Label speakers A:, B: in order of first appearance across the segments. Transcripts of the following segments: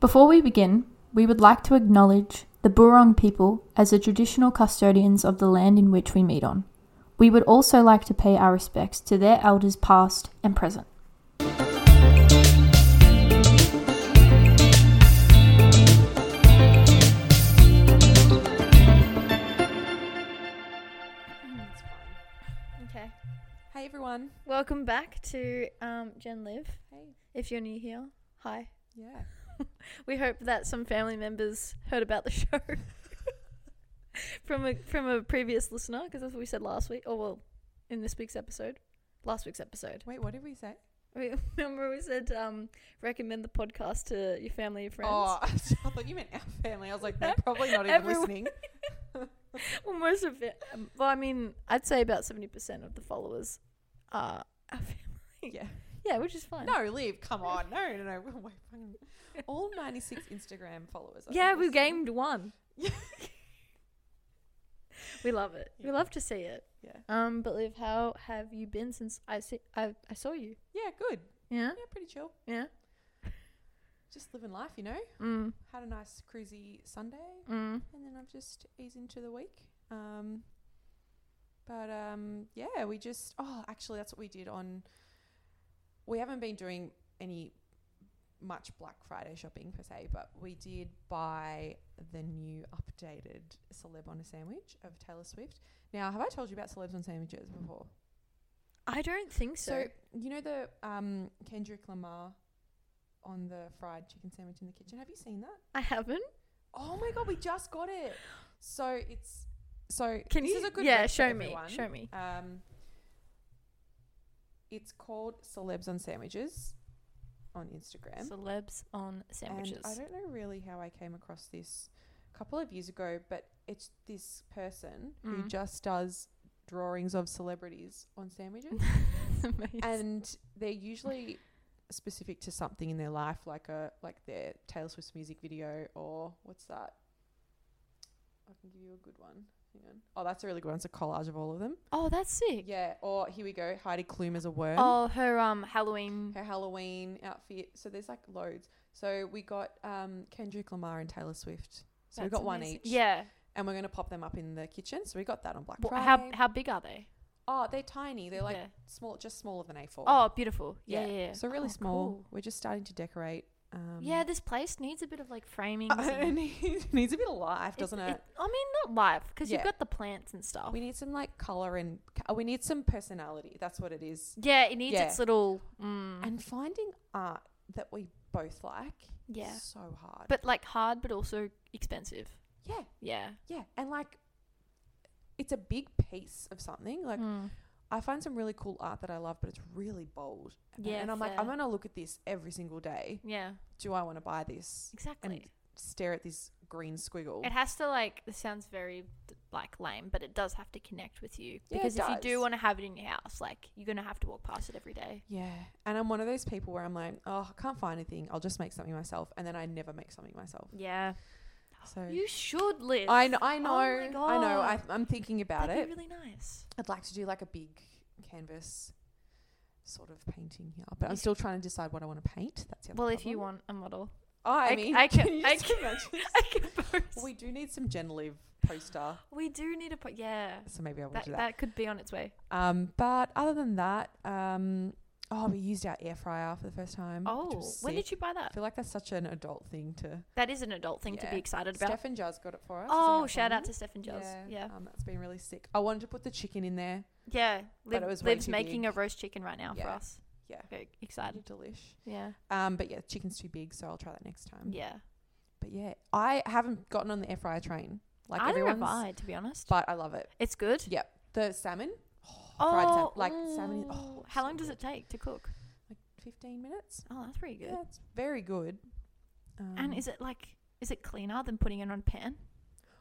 A: Before we begin, we would like to acknowledge the Burong people as the traditional custodians of the land in which we meet on. We would also like to pay our respects to their elders past and present.
B: Okay.
C: Mm, Hey everyone.
B: Welcome back to um, Gen Live.
C: Hey.
B: If you're new here, hi.
C: Yeah.
B: We hope that some family members heard about the show from a from a previous listener because that's what we said last week. Or well, in this week's episode, last week's episode.
C: Wait, what did we say?
B: We, remember we said um, recommend the podcast to your family and friends.
C: Oh, I thought you meant our family. I was like, they're probably not even
B: Everyone.
C: listening.
B: Well, most of it. um, Well, I mean, I'd say about seventy percent of the followers are our family.
C: Yeah.
B: Yeah, which is fine.
C: No, leave. Come on. No, no, no. We're way fucking- All 96 Instagram followers. I
B: Yeah,
C: think
B: we
C: is-
B: gamed one.
C: Yeah.
B: we love it. We
C: Yeah.
B: love to see it.
C: Yeah.
B: Um, but Liv, how have you been since I see I, I saw you?
C: Yeah, good.
B: Yeah,
C: Yeah, pretty chill.
B: yeah.
C: Just living life, you know.
B: Mm,
C: Had a nice cruisy Sunday,
B: mm.
C: and then I've just eased into the week. Um, but um, yeah, we just. Oh, actually, that's what we did on. We haven't been doing any much Black Friday shopping per se, but we did buy the new updated Celeb on a Sandwich of Taylor Swift. Now, have I told you about Celebs on Sandwiches before?
B: I don't think so.
C: So, you know the um, Kendrick Lamar on the fried chicken sandwich in the kitchen? Have you seen that?
B: I haven't.
C: Oh my god, we just got it. So it's so
B: Can
C: this
B: you?
C: is a good
B: yeah,
C: rec for
B: show
C: everyone.
B: me. Show me.
C: Um it's called Celebs on Sandwiches on Instagram.
B: Celebs on sandwiches.
C: And I don't know really how I came across this a couple of years ago, but it's this person who
B: Mm.
C: just does drawings of celebrities on sandwiches
B: Amazing.
C: and they're usually specific to something in their life, like a like their Taylor Swift's music video or what's that? I can give you a good one. Hang on. Oh, that's a really good one. It's a collage of all of them.
B: oh, that's sick.
C: Yeah. Or here we go. Heidi Klum as a worm.
B: Oh, her um Halloween.
C: Her Halloween outfit. So there's like loads. So we got um, Kendrick Lamar and Taylor Swift. So we
B: That's
C: got one
B: amazing.
C: each.
B: Yeah.
C: And we're gonna pop them up in the kitchen. So we got that on Black
B: Wha-
C: Friday.
B: how how big are they?
C: oh, they're tiny. They're like
B: Yeah.
C: small, just smaller than A4.
B: Oh, beautiful. Yeah, yeah. yeah.
C: So really
B: Oh,
C: small.
B: cool.
C: We're just starting to decorate. Um,
B: yeah, this place needs a bit of like framing.
C: it needs, needs a bit of life, doesn't it?
B: I mean, not life because you've
C: Yeah.
B: got the plants and stuff.
C: We need some like color and oh, we need some personality. That's what it is.
B: yeah, it needs
C: Yeah.
B: its little. Mm,
C: And finding art that we both like.
B: Yeah.
C: Is so hard.
B: but like hard, but also expensive.
C: yeah,
B: Yeah.
C: yeah, and like it's a big piece of something. Like
B: Mm.
C: I find some really cool art that I love, but it's really bold. And-
B: Yeah,
C: and I'm like,
B: fair.
C: I'm gonna look at this every single day.
B: Yeah.
C: Do I want to buy this?
B: Exactly.
C: Stare at this green squiggle.
B: It has to like. This sounds very like lame, but it does have to connect with you
C: Yeah, it
B: because if you do
C: does.
B: want to have it in your house, like you're gonna have to walk past it every day.
C: Yeah. And I'm one of those people where I'm like, oh, I can't find anything. I'll just make something myself. And then I never make something myself.
B: Yeah.
C: So
B: You should live.
C: I, kn- I
B: Oh
C: know.
B: my
C: I know. I,
B: God.
C: I'm thinking about
B: That'd
C: it.
B: be really nice.
C: I'd like to do like a big canvas sort of painting here. But I'm
B: You
C: still trying to decide what I want to paint. That's the other
B: Well, if you
C: problem.
B: want a model,
C: I,
B: I c-
C: mean,
B: I
C: can,
B: can-
C: you
B: I
C: just
B: can-
C: imagine?
B: I can post.
C: Well, we
B: We,
C: do need some Genlive poster.
B: do need a po- yeah.
C: So maybe I will
B: That,
C: do
B: that
C: that.
B: could be on its way.
C: Um, but other than that, um, oh, we used our air fryer for the first time. which
B: Oh,
C: was
B: when
C: sick.
B: did you buy
C: I
B: that?
C: feel like that's such an adult thing to
B: That is an adult thing to
C: Yeah.
B: be excited about.
C: Steph and Jazz got it for us. as a
B: oh,
C: house
B: shout out
C: ornament.
B: to Steph and Jules. Yeah.
C: Um, that's been really sick. I wanted to put the chicken in there.
B: Yeah,
C: But
B: Liv,
C: it was way
B: Liv's
C: too
B: making
C: big.
B: a roast chicken right now for
C: Yeah.
B: us.
C: Yeah.
B: Very excited.
C: Delish.
B: Yeah.
C: Um, but yeah, chicken's too big, so I'll try that next time.
B: Yeah.
C: But yeah, I haven't gotten on the air fryer train like
B: I don't
C: everyone's,
B: know why, to be honest.
C: but I love it.
B: it's good.
C: Yep. The salmon,
B: Oh,
C: fried salmon, like salmon. is-
B: ooh.
C: Oh,
B: how
C: so
B: long does
C: good.
B: it take to cook?
C: Like fifteen minutes.
B: Oh, that's pretty good.
C: Yeah, it's very good. Um,
B: And is it like, is it cleaner than putting it on a pan?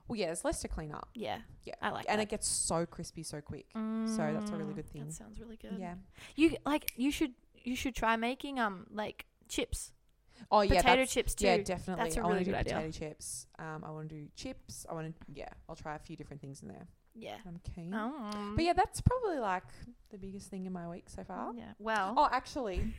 C: Well, yeah, there's less to clean up,
B: Yeah.
C: Yeah.
B: I like
C: and
B: that.
C: it gets so crispy so quick. so that's a really
B: Mm,
C: good thing.
B: That sounds really good.
C: Yeah.
B: You like you should you should try making um like chips,
C: Oh yeah,
B: potato
C: that's-
B: chips too.
C: Yeah, definitely.
B: That's a
C: I want
B: really
C: to do
B: good idea.
C: potato chips. Um, I want to do chips. I want to yeah. I'll try a few different things in there.
B: yeah.
C: I'm keen.
B: Um,
C: Mm. But yeah, that's probably like the biggest thing in my week so far.
B: yeah. Well,
C: Oh, actually,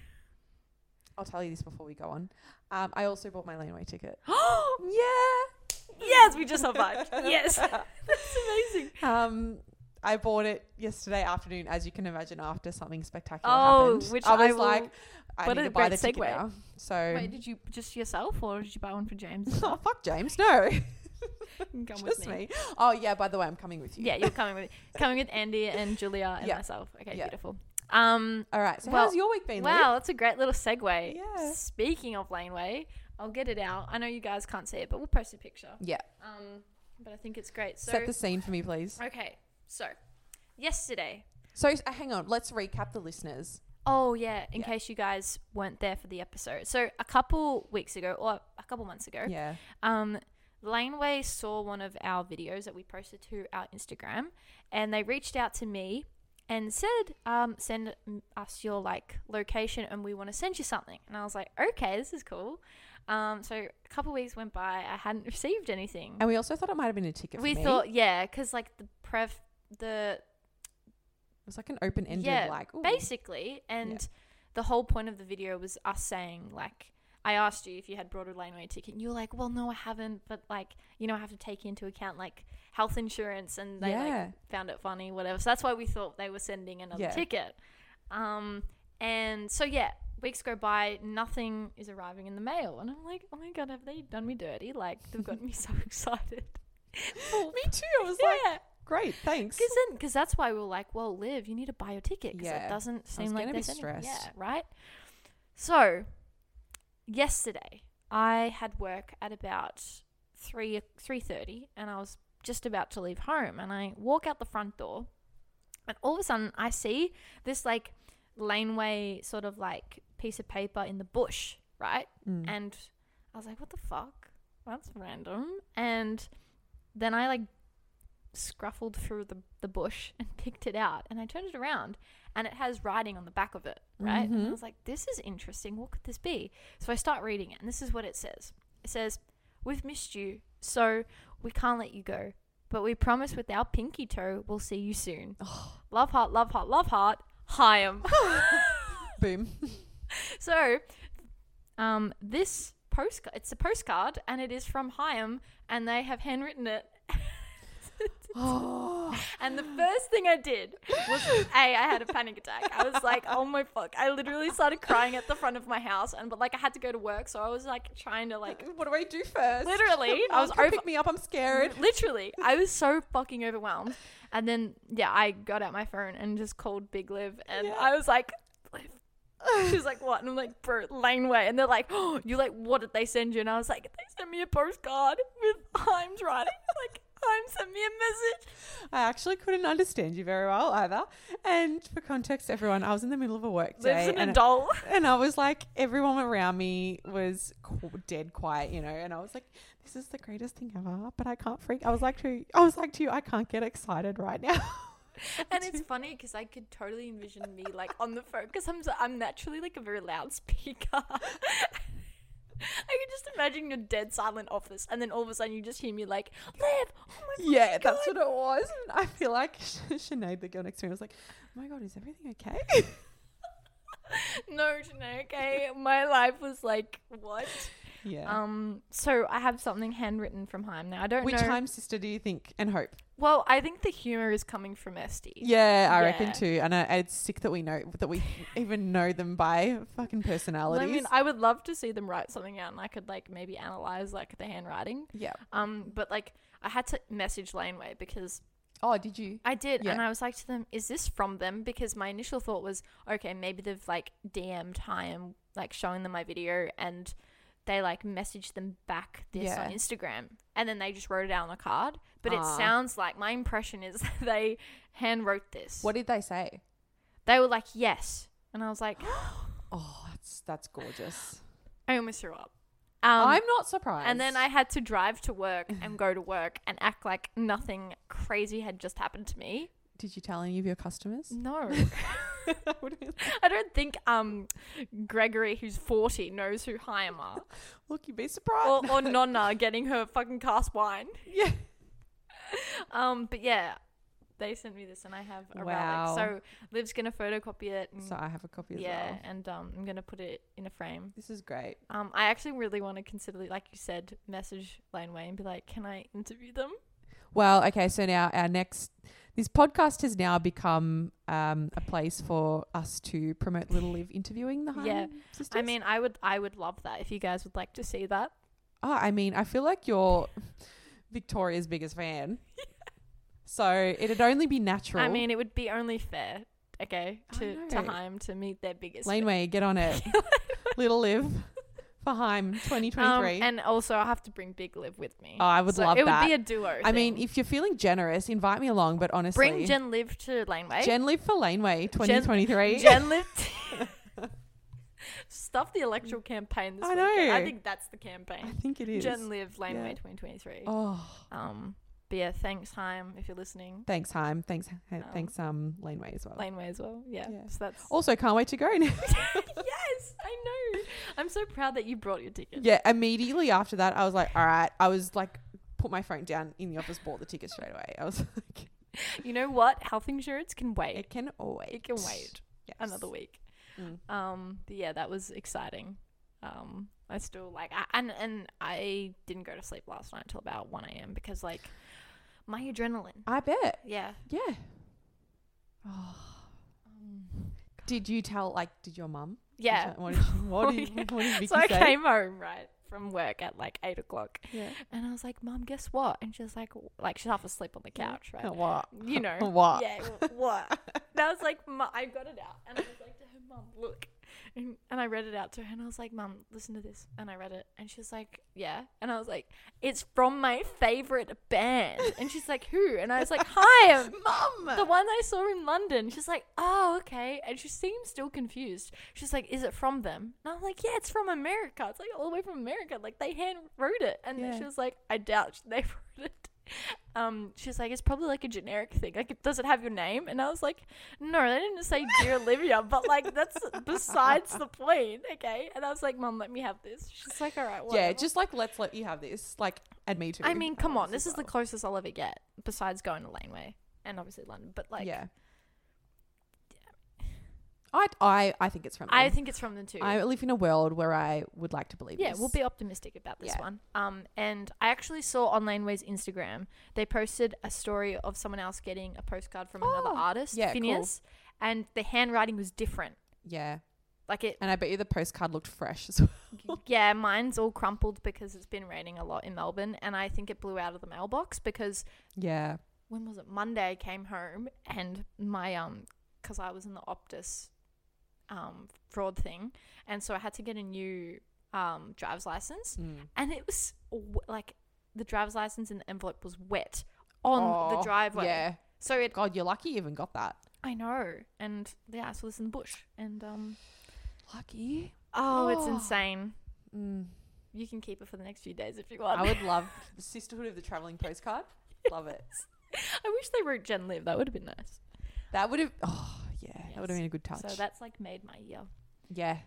C: I'll tell you this before we go on. Um, I also bought my laneway ticket.
B: yeah. Yes, we just survived. Yes. That's amazing.
C: Um, I bought it yesterday afternoon, as you can imagine, after something spectacular
B: Oh,
C: happened.
B: which
C: I
B: I
C: was
B: will-
C: like, I
B: what
C: need
B: a
C: to buy the
B: great
C: ticket
B: segue.
C: now. So,
B: Wait, did you just yourself or did you buy one for James? as
C: oh
B: well?
C: fuck James, no,
B: You can come
C: just me. Oh yeah, by the way, I'm coming with you.
B: Yeah, you're coming with coming with Andy and Julia and
C: Yeah.
B: myself. Okay,
C: Yeah.
B: beautiful. Um
C: All right. So
B: Well,
C: how's your week been? Liv?
B: Wow, that's a great little segue.
C: Yeah.
B: Speaking of laneway, I'll get it out. I know you guys can't see it, but we'll post a picture.
C: Yeah.
B: Um, but I think it's great. So
C: Set the scene for me, please.
B: okay, so yesterday.
C: So uh, hang on, let's recap the listeners.
B: Oh yeah, in
C: Yeah.
B: case you guys weren't there for the episode. So a couple weeks ago, or a couple months ago,
C: Yeah.
B: um, Laneway saw one of our videos that we posted to our Instagram, and they reached out to me and said, um, "Send mm, us your like location, and we want to send you something." And I was like, "Okay, this is cool." Um, so a couple weeks went by, I hadn't received anything.
C: And we also thought it might have been a ticket for
B: we
C: me.
B: thought, yeah, because like the prev, the
C: it was like an open ended
B: yeah,
C: like ooh.
B: basically, and the whole point of the video was us saying like. I asked you if you had brought a laneway ticket, and you were like, "Well, no, I haven't." But like, you know, I have to take into account like health insurance, and they like
C: yeah.
B: found it funny, whatever. So that's why we thought they were sending another
C: Yeah.
B: ticket. Um, and so yeah, weeks go by, nothing is arriving in the mail, and I'm like, oh my god, have they done me dirty? Like they've gotten me so excited.
C: me too. I was like,
B: yeah,
C: great, thanks.
B: because because that's why we were like, well, Liv, you need to buy your ticket because
C: Yeah.
B: it doesn't seem like
C: gonna be
B: there's any- Yeah,
C: stressed.
B: right. So yesterday I had work at about three three thirty, and I was just about to leave home, and I walk out the front door, and all of a sudden I see this like laneway sort of like piece of paper in the bush, right?
C: Mm.
B: And I was like, what the fuck? That's random. And then I like scruffled through the, the bush and picked it out and I turned it around and it has writing on the back of it, right? And
C: Mhm.
B: I was like, this is interesting. What could this be? So I start reading it and this is what it says It says, We've missed you, so we can't let you go. But we promise with our pinky toe, we'll see you soon. Love heart, love heart, love heart. Hi, um.
C: Boom.
B: so, um, this postcard, it's a postcard and it is from Hyam and they have handwritten it.
C: Oh,
B: And the first thing I did was A, I had a panic attack. I was like, oh my fuck. I literally started crying at the front of my house and but like I had to go to work, so I was like trying to like
C: what do I do first?
B: Literally, I
C: Mom,
B: was
C: come
B: over-
C: pick me up. I'm scared.
B: Literally, I was so fucking overwhelmed. And then, yeah, I got out my phone and just called Big Liv, and
C: Yeah.
B: I was like, Liv. She was like, what? And I'm like, bro, laneway. And they're like, oh, you're like, what did they send you? And I was like, they sent me a postcard with Himes writing. Like, Himes sent me a message.
C: I actually couldn't understand you very well either. And for context, everyone, I was in the middle of a work
B: Liv's
C: day,
B: an
C: and,
B: adult.
C: and I was like, everyone around me was qu- dead quiet, you know. And I was like, this is the greatest thing ever, but I can't freak. I was like to, I was like to you, I can't get excited right now.
B: And it's funny because I could totally envision me like on the phone because I'm so, I'm naturally like a very loud speaker. I could just imagine your dead silent office, and then all of a sudden you just hear me like, "Liv, oh my fucking
C: yeah,
B: God.
C: that's what it was. And I feel like Sinead, the girl next to me, was like, oh my god, is everything okay?
B: No, Janae, okay, my life was like what?
C: yeah.
B: Um, so I have something handwritten from Heim now. I don't
C: Which
B: know.
C: time sister do you think? And hope.
B: well, I think the humor is coming from Esty.
C: Yeah, I reckon
B: Yeah.
C: too. And I, it's sick that we know that we even know them by fucking
B: I
C: personalities.
B: mean, I would love to see them write something out, and I could like maybe analyze like the handwriting.
C: yeah.
B: Um, but like I had to message Laneway because
C: Oh, did you?
B: I did,
C: Yeah.
B: and I was like to them, "Is this from them?" Because my initial thought was, "Okay, maybe they've like DM'd Haim, like showing them my video, and they like messaged them back this on
C: Yeah.
B: Instagram, and then they just wrote it out on a card." But it
C: Ah.
B: sounds like my impression is they hand wrote this.
C: What did they say?
B: they were like, "Yes," and I was like,
C: Oh, that's that's gorgeous.
B: "I almost threw up." Um,
C: I'm not surprised.
B: and then I had to drive to work and go to work and act like nothing crazy had just happened to me.
C: did you tell any of your customers?
B: No.
C: I would've been like,
B: I don't think um Gregory, who's forty, knows who Chaim are,
C: Look, you'd be surprised.
B: or, or Nonna getting her fucking cast wine.
C: yeah.
B: Um, but yeah, They sent me this, and I have a
C: Wow.
B: relic. So Liv's gonna photocopy it. And,
C: So I have a copy as
B: yeah,
C: well.
B: and um, I'm gonna put it in a frame.
C: This is great.
B: Um, I actually really want to consider, like you said, message Laneway and be like, "Can I interview them?"
C: Well, okay, so now our next this podcast has now become um, a place for us to promote Little Live interviewing the Hyman
B: Yeah.
C: sisters.
B: I mean, I would, I would love that if you guys would like to see that.
C: oh, I mean, I feel like you're Victoria's biggest fan. So it'd only be natural.
B: I mean, it would be only fair, okay,
C: I
B: to to
C: know.
B: Heim to meet their biggest fan.
C: Laneway, get on it. Little Live for Heim 2023.
B: Um, and also, I have to bring Big Liv with me.
C: oh, I would
B: So
C: love
B: it
C: that.
B: would be a duo.
C: I mean,
B: thing.
C: if you're feeling generous, invite me along. But honestly,
B: bring Jen Liv to Laneway.
C: Jen Live for Laneway 2023.
B: Jen Liv. Stuff the electoral campaign this
C: I
B: weekend. I
C: know.
B: think that's the
C: I
B: campaign.
C: think it is.
B: Jen Liv Laneway
C: Yeah.
B: 2023.
C: oh,
B: Um, but yeah, thanks, Heim, if you're listening.
C: thanks, Heim. Thanks, he-
B: Um,
C: thanks, um, Laneway as well.
B: Laneway as well. Yeah.
C: Yeah. Oh.
B: So that's.
C: Also, can't wait to go. now.
B: yes, I know. I'm so proud that you brought your ticket.
C: yeah, immediately after that, I was like, all right. I was like, put my phone down in the office, bought the ticket straight away. I was like,
B: You know what? Health insurance can wait.
C: it can always.
B: It can wait
C: Yes.
B: another week.
C: Mm.
B: Um, but yeah, that was exciting. Um, I still like, I, and and I didn't go to sleep last night till about one a.m. because like my adrenaline.
C: I bet.
B: Yeah.
C: Yeah. Oh.
B: Um,
C: Did you tell, like, did your mum?
B: yeah.
C: What did, she- what did,
B: Yeah.
C: what did Vicky
B: So I
C: say?
B: came home right from work at like eight o'clock,
C: Yeah.
B: and I was like, "Mom, guess what?" And she's like, w- "Like she's half asleep on the couch, right?"
C: What?
B: You know.
C: What?
B: Yeah. w- What? And I was like, "Mu- I got it out. And I was like to her, Mum, look. And, and I read it out to her and I was like, Mum, listen to this. And I read it. And she was like, Yeah. And I was like, It's from my favorite band. And she's like, Who? And I was like, Hi,
C: Mum!
B: the one I saw in London. She's like, Oh, okay. And she seems still confused. She's like, Is it from them? And I'm like, Yeah, it's from America. It's like all the way from America. Like they hand wrote it. And then
C: Yeah.
B: she was like, I doubt they wrote it. Um, she's like, it's probably like a generic thing. Like, it does it have your name? And I was like, no, they didn't say dear Olivia, but like that's besides the point, okay? And I was like, Mum, let me have this. She's like, all right, whatever.
C: Yeah, just like let's let you have this. Like, and me too.
B: I mean, come
C: want
B: on, this
C: as
B: is the
C: well.
B: closest I'll ever get besides going to Laneway and obviously London. But like,
C: yeah. I, I I think it's from.
B: I
C: them.
B: think it's from them too.
C: I live in a world where I would like to believe.
B: yeah,
C: this.
B: we'll be optimistic about this
C: Yeah.
B: one. Um, and I actually saw on Laneway's Instagram they posted a story of someone else getting a postcard from another
C: Oh,
B: artist,
C: yeah, cool.
B: Phineas, and the handwriting was different.
C: Yeah,
B: Like it,
C: and I bet you the postcard looked fresh as well.
B: yeah, mine's all crumpled because it's been raining a lot in Melbourne, and I think it blew out of the mailbox because
C: Yeah.
B: when was it? Monday I came home and my um because I was in the Optus um fraud thing, and so I had to get a new um driver's license,
C: Mm.
B: and it was w- like the driver's license and the envelope was wet on
C: Oh,
B: the driveway.
C: Yeah.
B: So it
C: God, you're lucky you even got that.
B: I know, and yeah, I saw this in the bush, and um
C: Lucky.
B: oh, it's
C: Oh.
B: insane.
C: Mm.
B: You can keep it for the next few days if you want.
C: I would love the sisterhood of the traveling postcard. Love it.
B: I wish they wrote Gen Live. That would have been nice.
C: That would have. Oh yeah, that would
B: Yes.
C: have been a good touch.
B: So that's like made my year.
C: yeah.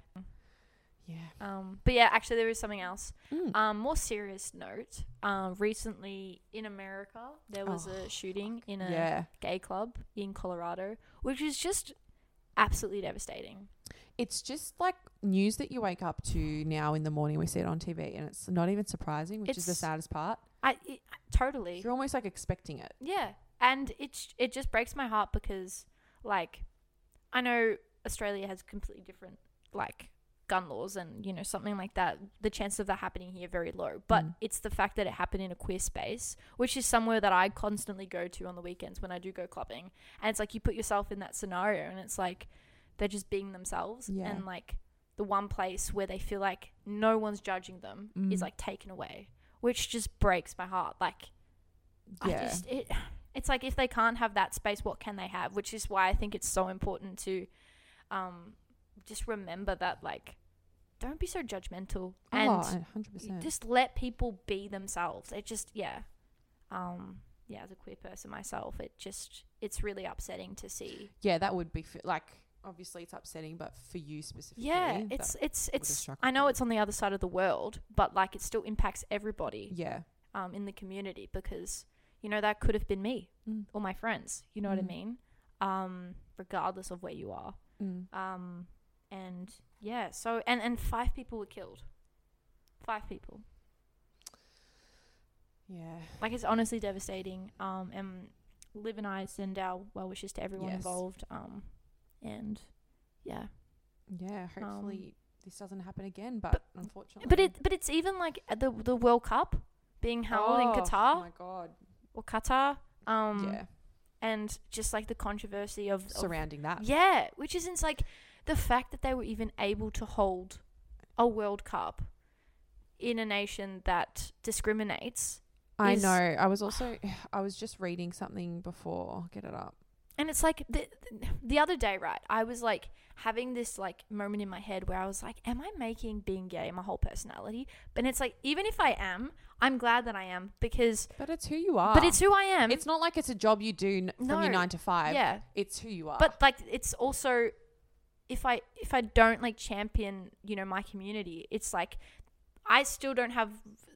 C: Yeah.
B: Um, but yeah, actually, there is something else.
C: Mm.
B: Um, more serious note. Um, recently in America, there was
C: Oh,
B: a shooting in a
C: yeah.
B: gay club in Colorado, which is just absolutely devastating.
C: it's just like news that you wake up to now in the morning. We see it on TV, and it's not even surprising, which is the
B: It's-
C: saddest part.
B: I it, totally.
C: You're almost like expecting it.
B: Yeah, and it's it just breaks my heart because like I know Australia has completely different like gun laws and you know something like that. The chances of that happening here are very low, but
C: Mm.
B: it's the fact that it happened in a queer space, which is somewhere that I constantly go to on the weekends when I do go clubbing, and it's like you put yourself in that scenario, and it's like they're just being themselves,
C: Yeah.
B: and like the one place where they feel like no one's judging them is
C: Mm.
B: like taken away, which just breaks my heart. Like
C: Yeah.
B: I just it it's like if they can't have that space, what can they have? Which is why I think it's so important to um just remember that like don't be so judgmental and
C: oh, hundred
B: y-
C: percent.
B: just let people be themselves. It just yeah. Um yeah, as a queer person myself, it just it's really upsetting to see.
C: yeah, that would be f like obviously it's upsetting, but for you specifically,
B: Yeah,
C: that-
B: it's it's it's
C: struck
B: I know
C: me.
B: it's on the other side of the world, but like it still impacts everybody.
C: yeah,
B: um, in the community because you know, that could have been me
C: Mm.
B: or my friends. You know what I
C: Mm.
B: mean? Um, regardless of where you are.
C: Mm.
B: Um, and yeah, so and and five people were killed. Five people.
C: Yeah.
B: Like it's honestly devastating. Um, and Liv and I send our well wishes to everyone
C: Yes.
B: involved. Um, and yeah,
C: Yeah. Hopefully this doesn't happen again, but, unfortunately.
B: Um, but it but it's even like at the the World Cup being held in
C: Oh,
B: Qatar
C: Oh my god.
B: or Qatar. Um,
C: yeah.
B: and just like the controversy of, of
C: Surrounding that.
B: Yeah, which isn't like the fact that they were even able to hold a World Cup in a nation that discriminates.
C: I
B: is-
C: know. I was also I was just reading something before. I'll Get it up.
B: And it's like the the other day, right? I was like having this like moment in my head where I was like, "Am I making being gay my whole personality?" And it's like, even if I am, I'm glad that I am because,
C: But it's who you are.
B: but it's who I am.
C: it's not like it's a job you do n- from
B: No.
C: your nine to five.
B: yeah,
C: It's who you are.
B: but like it's also if i if i don't like champion you know my community it's like i still don't have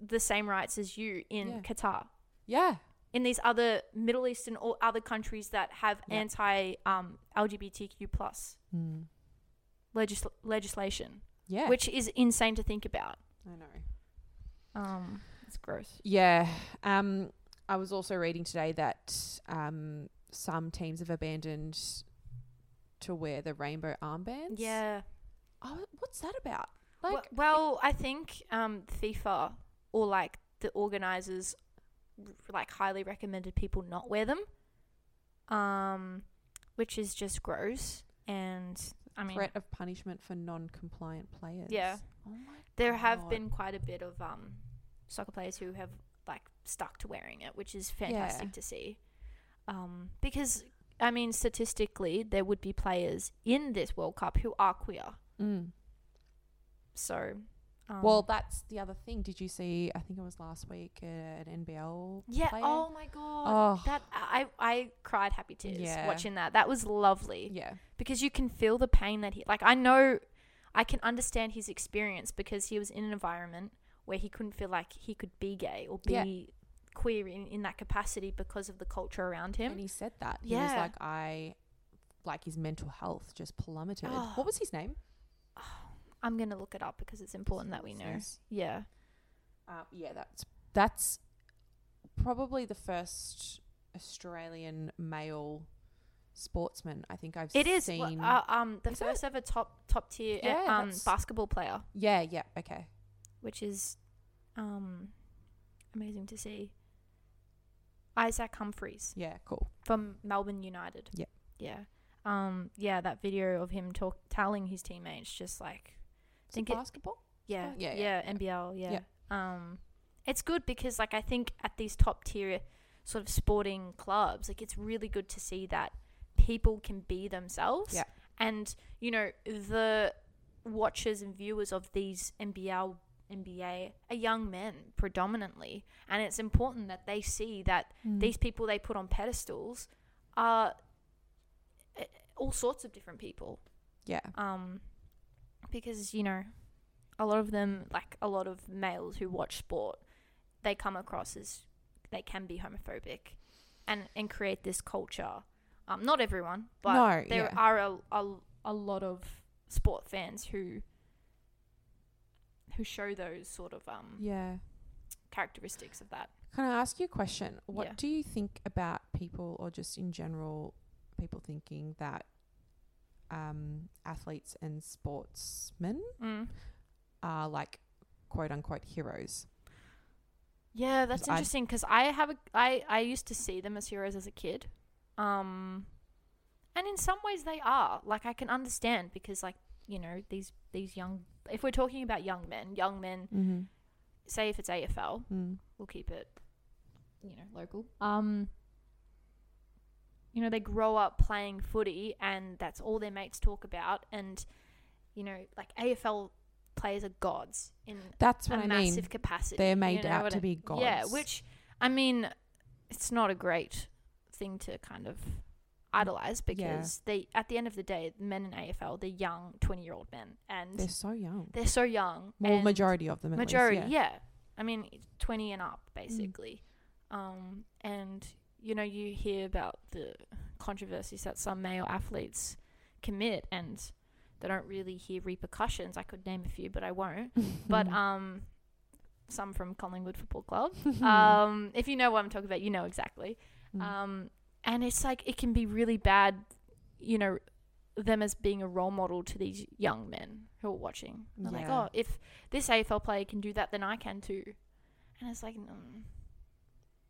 B: the same rights as you in
C: Yeah.
B: qatar
C: yeah.
B: in these other middle eastern or other countries that have
C: Yeah.
B: anti um, lgbtq plus
C: Mm.
B: legisl- legislation
C: Yeah.
B: which is insane to think about
C: I know.
B: um it's gross
C: Yeah. Um, I was also reading today that um, some teams have abandoned to wear the rainbow armbands.
B: yeah
C: Oh, what's that about? Like,
B: Well- well i think um fifa or like the organizers r- like highly recommended people not wear them um which is just gross and i mean
C: threat of punishment for non-compliant players.
B: Yeah.
C: Oh my
B: there have
C: God.
B: been quite a bit of um soccer players who have like stuck to wearing it which is fantastic
C: Yeah.
B: to see um because i mean statistically there would be players in this world cup who are queer
C: Mm.
B: so um,
C: well, that's the other thing. Did you see? I think it was last week uh, an NBL.
B: Yeah.
C: Player.
B: Oh my god.
C: Oh.
B: That I I cried happy tears
C: Yeah.
B: watching that. That was lovely
C: Yeah.
B: because you can feel the pain that he like. I know, I can understand his experience because he was in an environment where he couldn't feel like he could be gay or be
C: Yeah.
B: queer in, in that capacity because of the culture around him.
C: And he said that. He was
B: Yeah.
C: like, I, like his mental health just plummeted.
B: Oh.
C: What was his name?
B: I'm gonna look it up because it's important that we know.
C: Listeners.
B: Yeah.
C: Um, yeah, that's that's probably the first Australian male sportsman I think I've
B: It is
C: seen.
B: well, uh, um the
C: Is it?
B: first ever top top tier uh,
C: Yeah,
B: um
C: that's-
B: basketball player,
C: yeah, yeah, okay.
B: which is um amazing to see. Isaac Humphreys.
C: Yeah, cool.
B: from Melbourne United.
C: Yep.
B: Yeah. Um. Yeah. That video of him talk telling his teammates just like
C: Is it
B: Think it-
C: basketball?
B: yeah
C: Yeah,
B: Oh, yeah
C: yeah,
B: yeah,
C: yeah.
B: NBL yeah.
C: Yeah.
B: Um, it's good because like I think at these top tier sort of sporting clubs, like it's really good to see that people can be themselves.
C: Yeah.
B: And you know the watchers and viewers of these NBL NBA are young men predominantly, and it's important that they see that these people they put on pedestals are uh, all sorts of different people
C: Yeah.
B: um because you know a lot of them like a lot of males who watch sport they come across as they can be homophobic and and create this culture um not everyone but
C: No,
B: there
C: yeah.
B: are a, a, a lot of sport fans who who show those sort of um
C: Yeah.
B: characteristics of that
C: Can I ask you a question? What
B: Yeah.
C: do you think about people, or just in general, people thinking that um, athletes and sportsmen
B: mm.
C: are like quote unquote heroes?
B: Yeah, that's
C: I-
B: interesting because I have a I I used to see them as heroes as a kid, um, and in some ways they are. Like I can understand because like you know these these young if we're talking about young men, young men
C: Mm-hmm.
B: say if it's AFL,
C: Mm.
B: we'll keep it you know local. Um, you know they grow up playing footy and that's all their mates talk about, and you know like AFL players are gods in
C: That's
B: a
C: what I
B: massive
C: mean.
B: capacity.
C: They're
B: you
C: made
B: know
C: out
B: what
C: to
B: I-
C: be gods.
B: Yeah, which I mean, it's not a great thing to kind of idolize because they, at the end of the day, men in AFL, they're young, twenty-year-old men, and
C: they're
B: they're,
C: so young.
B: so young.
C: Well,
B: and
C: majority of them. At Mm.
B: majority,
C: least,
B: yeah. I mean, twenty and up, basically. Um, and you know, you hear about the controversies that some male athletes commit, and they don't really hear repercussions. I could name a few, but I won't.
C: Mm-hmm.
B: but um, some from Collingwood Football
C: Mm. Hmm.
B: Club. um, if you know what I'm talking about, you know exactly.
D: Mm.
B: Um, and it's like it can be really bad, you know, them as being a role model to these young men who are watching. They're like,
D: Yeah.
B: oh, if this AFL player can do that, then I can too. And it's like, mm,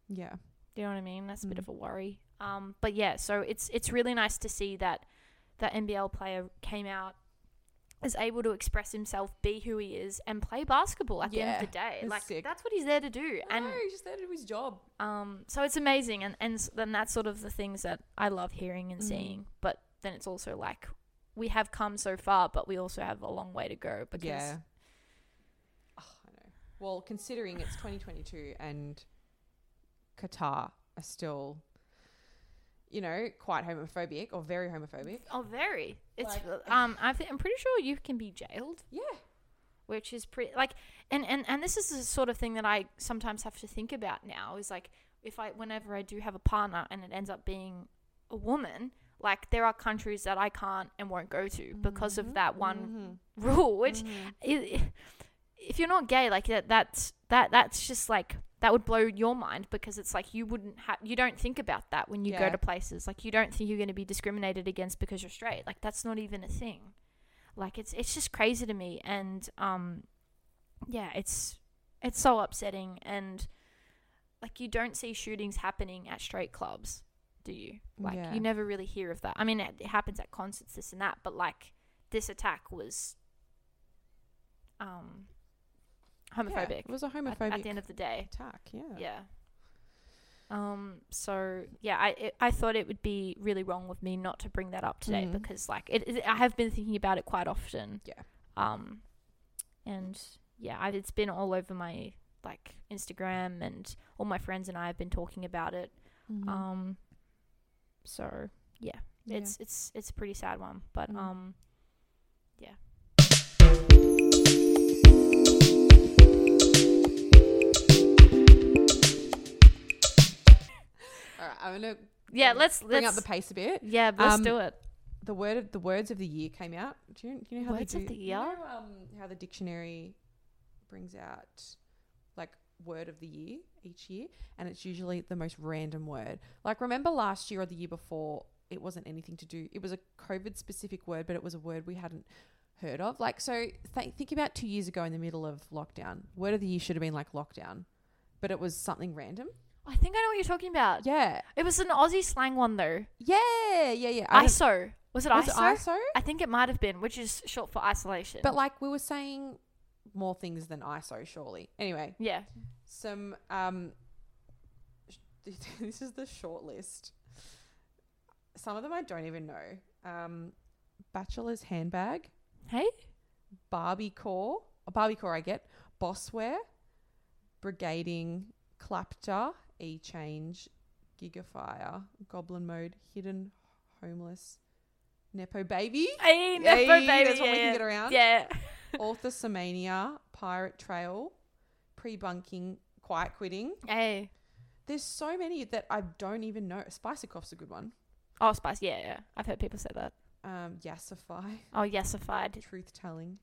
C: Yeah.
B: do you know what I mean? That's a bit
D: Mm.
B: of a worry. Um, but yeah, so it's it's really nice to see that that NBL player came out, is able to express himself, be who he is, and play basketball at the end
C: Yeah,
B: of the day.
C: that's
B: Like
C: sick.
B: that's what he's there to do.
C: And
B: And
C: no, he just there to do his job.
B: um, so it's amazing, and and s- then that's sort of the things that I love hearing and
C: Mm.
B: seeing. But then it's also like we have come so far, but we also have a long way to go because
C: yeah. Oh, I know. Well, considering it's 2022 and Qatar are still, you know, quite homophobic or very homophobic.
B: oh, very. It's
C: Like-
B: um, I th- I'm pretty sure you can be jailed,
C: Yeah.
B: which is pretty like, and and and this is the sort of thing that I sometimes have to think about now is like if I whenever I do have a partner and it ends up being a woman, like there are countries that I can't and won't go to because of that one rule, which i if you're not gay, like that, that's that that's just like that would blow your mind because it's like you wouldn't have you don't think about that when you go
C: Yeah.
B: to places. Like you don't think you're going to be discriminated against because you're straight. Like that's not even a thing. Like it's it's just crazy to me, and um, yeah, it's it's so upsetting, and like you don't see shootings happening at straight clubs, do you? Like
C: Yeah.
B: you never really hear of that. I mean, it, it happens at concerts, this and that, but like this attack was um homophobic
C: it was a
B: at-
C: homophobic
B: At, the end of the day
C: attack. Yeah.
B: yeah um so yeah i it, i thought it would be really wrong of me not to bring that up today
C: Mm.
B: because like it, it- i have been thinking about it quite often
C: Yeah.
B: um and yeah I, it's been all over my like instagram and all my friends and i have been talking about it
C: Mm-hmm.
B: um so yeah
C: Yeah.
B: it's it's it's a pretty sad one but
C: Mm.
B: um
C: All right. I'm gonna
B: yeah
C: Bring-
B: let's
C: bring
B: let's
C: up the pace a bit.
B: yeah let's
C: Um,
B: do it
C: The word of the words of the year came out. Do you, you know how
B: Words
C: they
B: of
C: do,
B: the
C: you
B: year?
C: know, um, how the dictionary brings out like word of the year each year, and it's usually the most random word. Like remember last year or the year before, it wasn't anything to do. It was a COVID specific word, but it was a word we hadn't heard of. Like so, th- think about two years ago in the middle of lockdown. Word of the year should have been like lockdown, but it was something random.
B: I think I know what you're talking about.
C: Yeah,
B: It was an Aussie slang one though.
C: yeah, yeah, yeah. don't-
B: ISO. Was it
C: was
B: ISO?
C: it ISO?
B: I think it might have been, which is short for isolation.
C: But like we were saying more things than ISO, surely. Anyway,
B: yeah.
C: some um sh- this is the short list. Some of them I don't even know. Um Bachelor's handbag,
B: Hey?
C: Barbie core, a Barbie core I get, bossware, brigading, clapter, e change, gigafire, goblin mode, hidden homeless, nepo baby.
B: Hey,
C: Yay,
B: Nepo baby.
C: that's what
B: yeah,
C: we can
B: yeah.
C: get around.
B: Yeah.
C: Orthosomania, Pirate Trail, pre-bunking, quiet quitting.
B: Hey.
C: There's so many that I don't even know. Spicikoff's a good one.
B: Oh, spice. Yeah, yeah. I've heard people say that.
C: Um, yassify,
B: Oh, yesified.
C: truth telling.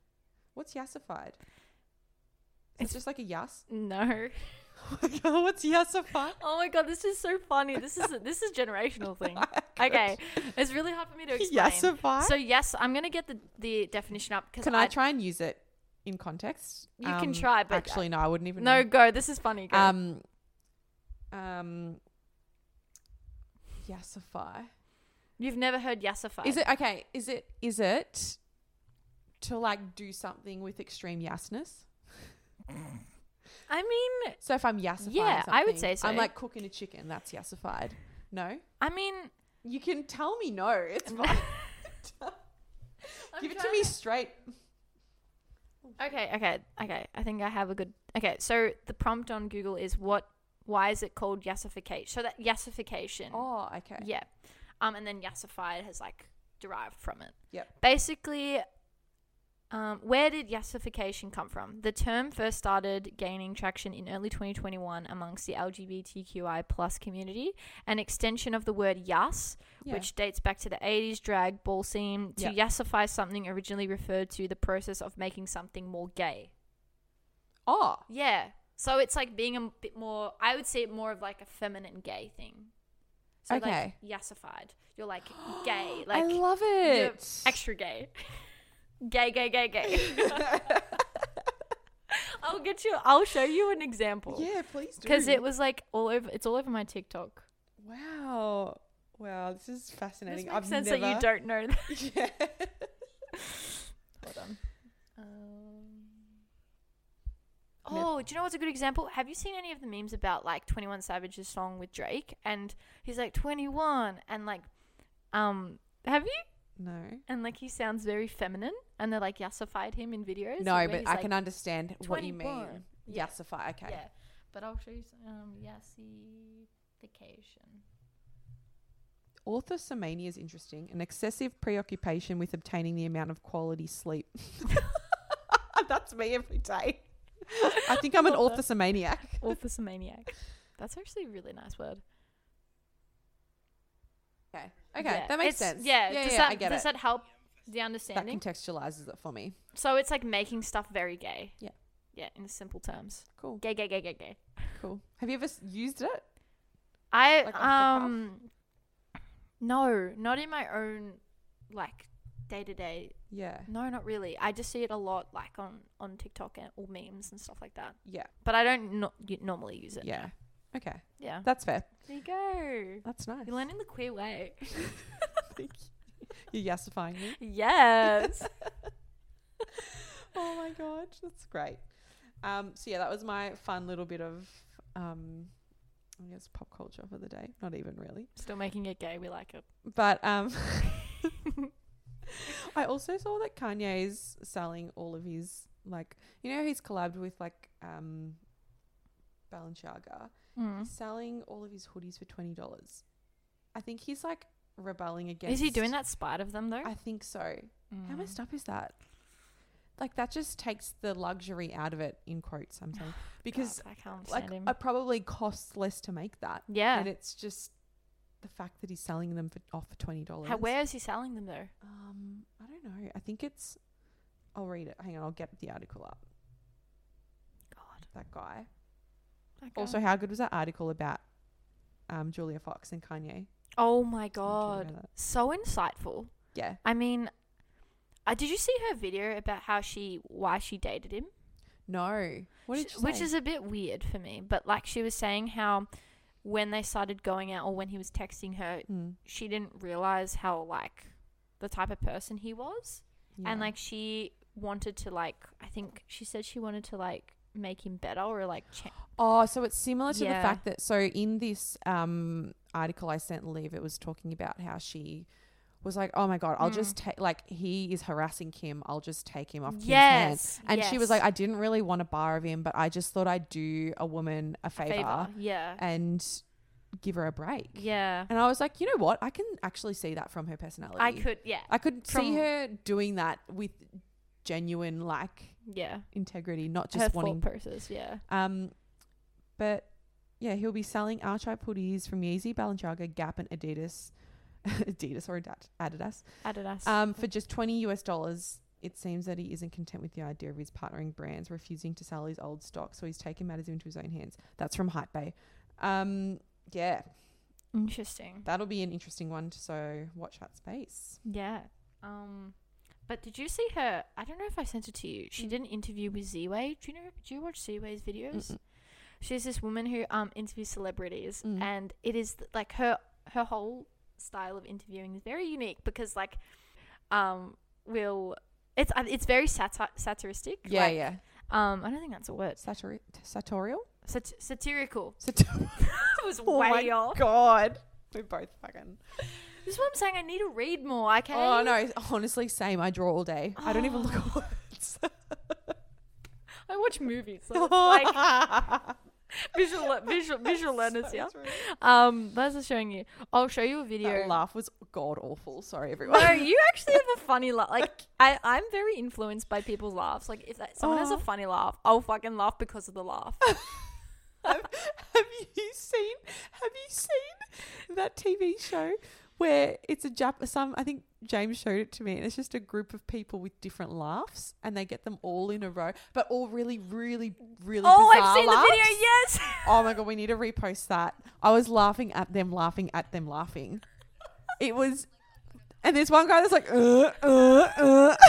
C: What's yassified? It's
B: It's-
C: just like a yes.
B: No.
C: What's yassified?
B: Oh my god, this is so funny. This is this is generational thing. Okay. It's really hard for me to explain.
C: Yassify.
B: So yes, I'm gonna get the, the definition up because
C: can I, try and use it in context? Um,
B: You can try, but-
C: actually, no, I wouldn't even.
B: No,
C: know.
B: go. This is funny. Go.
C: Um. Um. Yassify.
B: You've never heard yesified.
C: Is it okay? Is it is it to like do something with extreme yasness?
B: I mean,
C: So if I'm yassified,
B: Yeah, I would say so.
C: I'm like cooking a chicken. That's yassified. No,
B: I mean,
C: you can tell me no. It's fine. Give it to me straight.
B: Okay, okay, okay. I think I have a good. Okay, so the prompt on Google is what? Why is it called yassification? So that yassification.
C: Oh, okay.
B: Yeah. Um, and then yassified has like derived from it.
C: Yep.
B: Basically, Um, where did yassification come from? The term first started gaining traction in early 2021 amongst the LGBTQI plus community, an extension of the word yas,
C: Yeah.
B: which dates back to the 80s drag ball scene. To
C: Yeah.
B: yassify something originally referred to the process of making something more gay.
C: oh,
B: Yeah. So it's like being a m- bit more, I would say it more of like a feminine gay thing. So
C: Okay.
B: like yassified. You're like gay. Like
C: I love
B: you're
C: it.
B: extra gay. gay, gay, gay, gay. I'll get you, I'll show you an example.
C: yeah, please do.
B: Because it was like all over, it's all over my TikTok.
C: wow, wow, this is
B: This
C: fascinating.
B: makes
C: I've
B: sense
C: never.
B: that you don't know that.
C: don't. Yeah.
B: Hold on. Um, oh, do you know what's a good example? Have you seen any of the memes about like 21 Savage's song with Drake and he's like 21 and like um have you?
C: No.
B: And like he sounds very feminine and they like yassified him in videos.
C: No,
B: where
C: but
B: he's,
C: I
B: like,
C: can understand what you mean.
B: 21. Yeah.
C: Yassify. Okay.
B: Yeah. But I'll show you some um yassification.
C: Orthosomania is interesting. An excessive preoccupation with obtaining the amount of quality sleep. That's me every day. I think I'm an
B: Ortho-
C: orthosomaniac.
B: Orthosomaniac. That's actually a really nice word.
C: Okay. Okay.
B: Yeah.
C: That makes
B: It's-
C: sense.
B: Yeah,
C: Yeah.
B: does
C: yeah,
B: that
C: I get
B: does
C: it.
B: that help the
C: That
B: understanding?
C: contextualizes it for me.
B: So it's like making stuff very gay.
C: Yeah.
B: Yeah, in simple terms.
C: Cool.
B: Gay, gay, gay, gay, gay.
C: Cool. Have you ever s- used it?
B: I
C: Like off the cuff?
B: um no, not in my own like day to day.
C: Yeah.
B: No, not really. I just see it a lot like on on TikTok and or memes and stuff like that.
C: Yeah.
B: But I don't no- y- normally use it.
C: Yeah. Okay.
B: Yeah.
C: That's fair.
B: There you go.
C: That's nice.
B: You're learning the queer way.
C: Thank you. You're yassifying me.
B: yes.
C: Oh my god, that's great. Um, so yeah, that was my fun little bit of um, I guess pop culture for the day. Not even really,
B: Still making it gay. We like it.
C: but um, I also saw that Kanye's selling all of his like you know he's collabed with like um, Balenciaga. He's
B: Mm.
C: selling all of his hoodies for twenty dollars. I think he's like rebelling against.
B: Is he doing that spite of them though?
C: I think so. How
B: Mm.
C: messed up is that? Like that just takes the luxury out of it in quotes. I'm saying because
B: God, I can't
C: like
B: understand him.
C: it probably costs less to make that,
B: yeah.
C: and it's just the fact that he's selling them for off for twenty dollars.
B: How, where is he selling them though?
C: Um, I don't know. I think it's. I'll read it. Hang on, I'll get the article up.
B: God.
C: That guy.
B: that
C: Also,
B: guy.
C: how good was that article about um Julia Fox and Kanye?
B: oh my
C: Did you read
B: god,
C: about that?
B: so insightful.
C: Yeah.
B: I mean, uh, did you see her video about how she why she dated him?
C: No. What did
B: Sh-
C: you
B: Which
C: say?
B: is a bit weird for me, but like she was saying how when they started going out or when he was texting her,
C: Mm,
B: she didn't realize how like the type of person he was,
C: yeah.
B: and like she wanted to like I think she said she wanted to like make him better or like cha-
C: Oh, so it's similar to
B: Yeah.
C: the fact that so in this um article I sent Liv, it was talking about how she was like, "Oh my god, I'll just
B: Mm.
C: take like he is harassing Kim. I'll just take him off Kim's hands."
B: Yes,
C: And she was
B: yes.
C: like, "I didn't really want a bar of him, but I just thought I'd do a woman a favor,
B: favor, yeah,
C: and give her a break."
B: yeah.
C: And I was like, "You know what? I can actually see that from her personality.
B: I could, yeah,
C: I could
B: from-
C: see her doing that with genuine like
B: yeah.
C: integrity, not
B: her
C: just
B: thought
C: wanting
B: process, yeah.
C: um, but yeah, he'll be selling archive hoodies from Yeezy, Balenciaga, Gap, and Adidas, Adidas or Adat- Adidas,
B: Adidas.
C: um, for just twenty US dollars. It seems that he isn't content with the idea of his partnering brands refusing to sell his old stock, so he's taken matters into his own hands. That's from Hype Bay. Um, yeah, mm.
B: Interesting.
C: that'll be an interesting one. So watch that space.
B: Yeah. Um, but did you see her? I don't know if I sent it to you.
C: Mm.
B: She did an interview with Z-Way. Do you know? Do you watch Z-Way's videos?
C: Mm-mm.
B: She's this woman who um interviews celebrities,
C: Mm.
B: and it is th- like her her whole style of interviewing is very unique because like um will it's uh, it's very sati- satiristic.
C: Yeah,
B: like,
C: yeah.
B: Um, I don't think that's a word.
C: Satori- satorial.
B: Sat- satirical.
C: Sator-
B: It was
C: oh
B: way
C: my
B: off.
C: god, we're both fucking.
B: This is what I'm saying. I need to read more. I can't.
C: Oh no, honestly, same. I draw all day. I don't even look at words.
B: I watch movies. So it's like visual, visual, visual learners
C: So
B: here.
C: true.
B: Um, that's just showing you. I'll show you a
C: That
B: video.
C: laugh was god awful. Sorry, everyone.
B: No, you actually have a funny laugh. Like I, I'm very influenced by people's laughs. Like if that, someone has
C: Aw.
B: a funny laugh, I'll fucking laugh because of the laugh.
C: have, have you seen have you seen that TV show where it's a Jap some I think James showed it to me and it's just a group of people with different laughs and they get them all in a row but all really really really
B: oh, I've
C: bizarre
B: seen
C: laughs.
B: the video. Yes.
C: Oh my god, we need to repost that. I was laughing at them laughing at them laughing. It was and there's one guy that's like uh, uh, uh.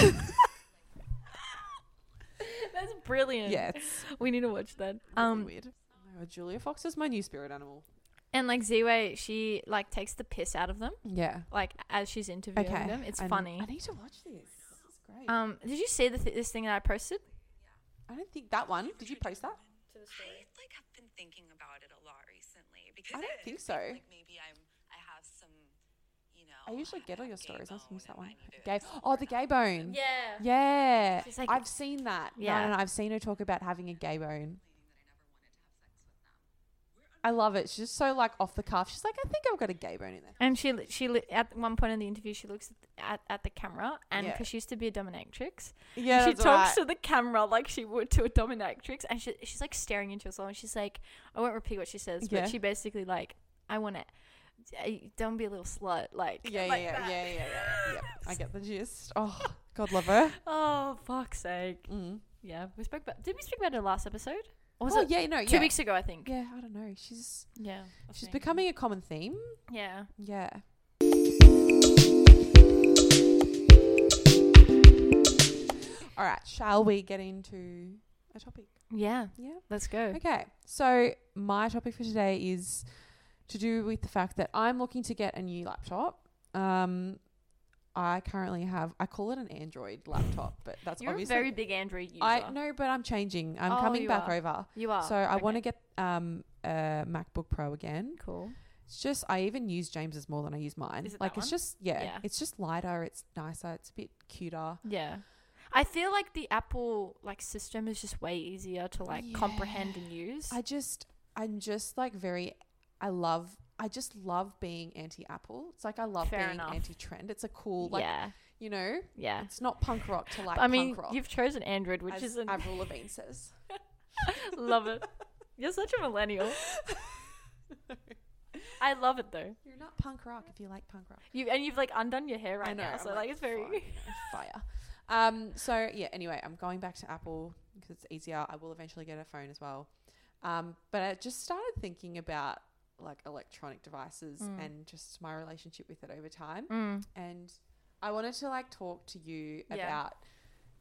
B: That's brilliant.
C: yeah, it's
B: We need to watch that.
C: really
B: Um,
C: weird. Oh, Julia Fox is my new spirit animal.
B: and like Ziwei, she like takes the piss out of them.
C: Yeah.
B: Like as she's interviewing
C: Okay.
B: them, it's
C: I n-
B: funny.
C: I need to watch this. This is great.
B: Um, did you see the th- this thing that I posted?
C: I don't think that one. Did you post that?
D: I like have been thinking about it a lot recently because
C: I don't
D: it
C: think
D: feels
C: so.
D: Like maybe I'm I have some, you know.
C: I usually get all
D: uh,
C: your
D: gay
C: stories. I just
D: bone
C: missed that
D: and I
C: one.
D: need to
C: Gay.
D: explore
C: Oh, the
D: it.
C: gay bone.
B: Yeah.
C: Yeah.
B: She's like-
C: I've seen that. Yeah.
B: Yeah.
C: No, no, no, I've seen her talk about having a gay bone. I love it. She's just so like off the cuff. She's like, I think I've got a gay bone in there.
B: And she li- she li- at one point in the interview she looks at at, at the camera and
C: Yeah.
B: because she used to be a dominatrix,
C: Yeah,
B: she talks to the camera like she would to a dominatrix, and she, she's like staring into herself. And she's like, I won't repeat what she says,
C: Yeah.
B: but she basically like, I want to, don't be a little slut, like
C: Yeah, yeah,
B: like
C: yeah,
B: that.
C: yeah, yeah, yeah, yeah. Yep, I get the gist. Oh, God love her.
B: Oh fuck's sake!
C: Mm.
B: Yeah, we spoke about. Did we speak about her last episode? Or was
C: oh
B: it
C: yeah, no, yeah.
B: two weeks ago? I think.
C: Yeah, I don't know. She's
B: Yeah. I
C: she's
B: think.
C: becoming a common theme.
B: Yeah.
C: Yeah. All right, shall we get into a topic?
B: Yeah.
C: Yeah.
B: Let's go.
C: Okay. So, my topic for today is to do with the fact that I'm looking to get a new laptop. Um I currently have I call it an Android laptop, but that's
B: You're a
C: obviously
B: very big Android user.
C: I no, but I'm changing. I'm
B: Oh,
C: coming
B: you
C: back
B: are.
C: over.
B: You are.
C: so, I
B: okay.
C: want to get um a MacBook Pro again.
B: Cool.
C: It's just I even use James's more than I use mine.
B: Is it
C: like
B: that
C: it's
B: one?
C: just yeah,
B: Yeah.
C: it's just lighter, it's nicer, it's a bit cuter.
B: Yeah. I feel like the Apple like system is just way easier to like comprehend and use.
C: I just I'm just like very I love I just love being anti Apple. It's like I love
B: Fair
C: being
B: enough.
C: anti trend. It's a cool like
B: yeah.
C: you know,
B: Yeah.
C: it's not punk rock to like
B: I mean,
C: punk rock.
B: you've chosen Android, which
C: as
B: is an
C: Avril Lavigne says.
B: love it. You're such a millennial. I love it though.
C: You're not punk rock if you like punk rock.
B: You and you've like undone your hair right
C: I know.
B: now,
C: I'm
B: so like, it's very.
C: "Fuck, you know, fire. Um. So yeah. Anyway, I'm going back to Apple because it's easier. I will eventually get a phone as well. Um. But I just started thinking about like electronic devices
B: Mm.
C: and just my relationship with it over time.
B: Mm.
C: And I wanted to like talk to you
B: Yeah.
C: about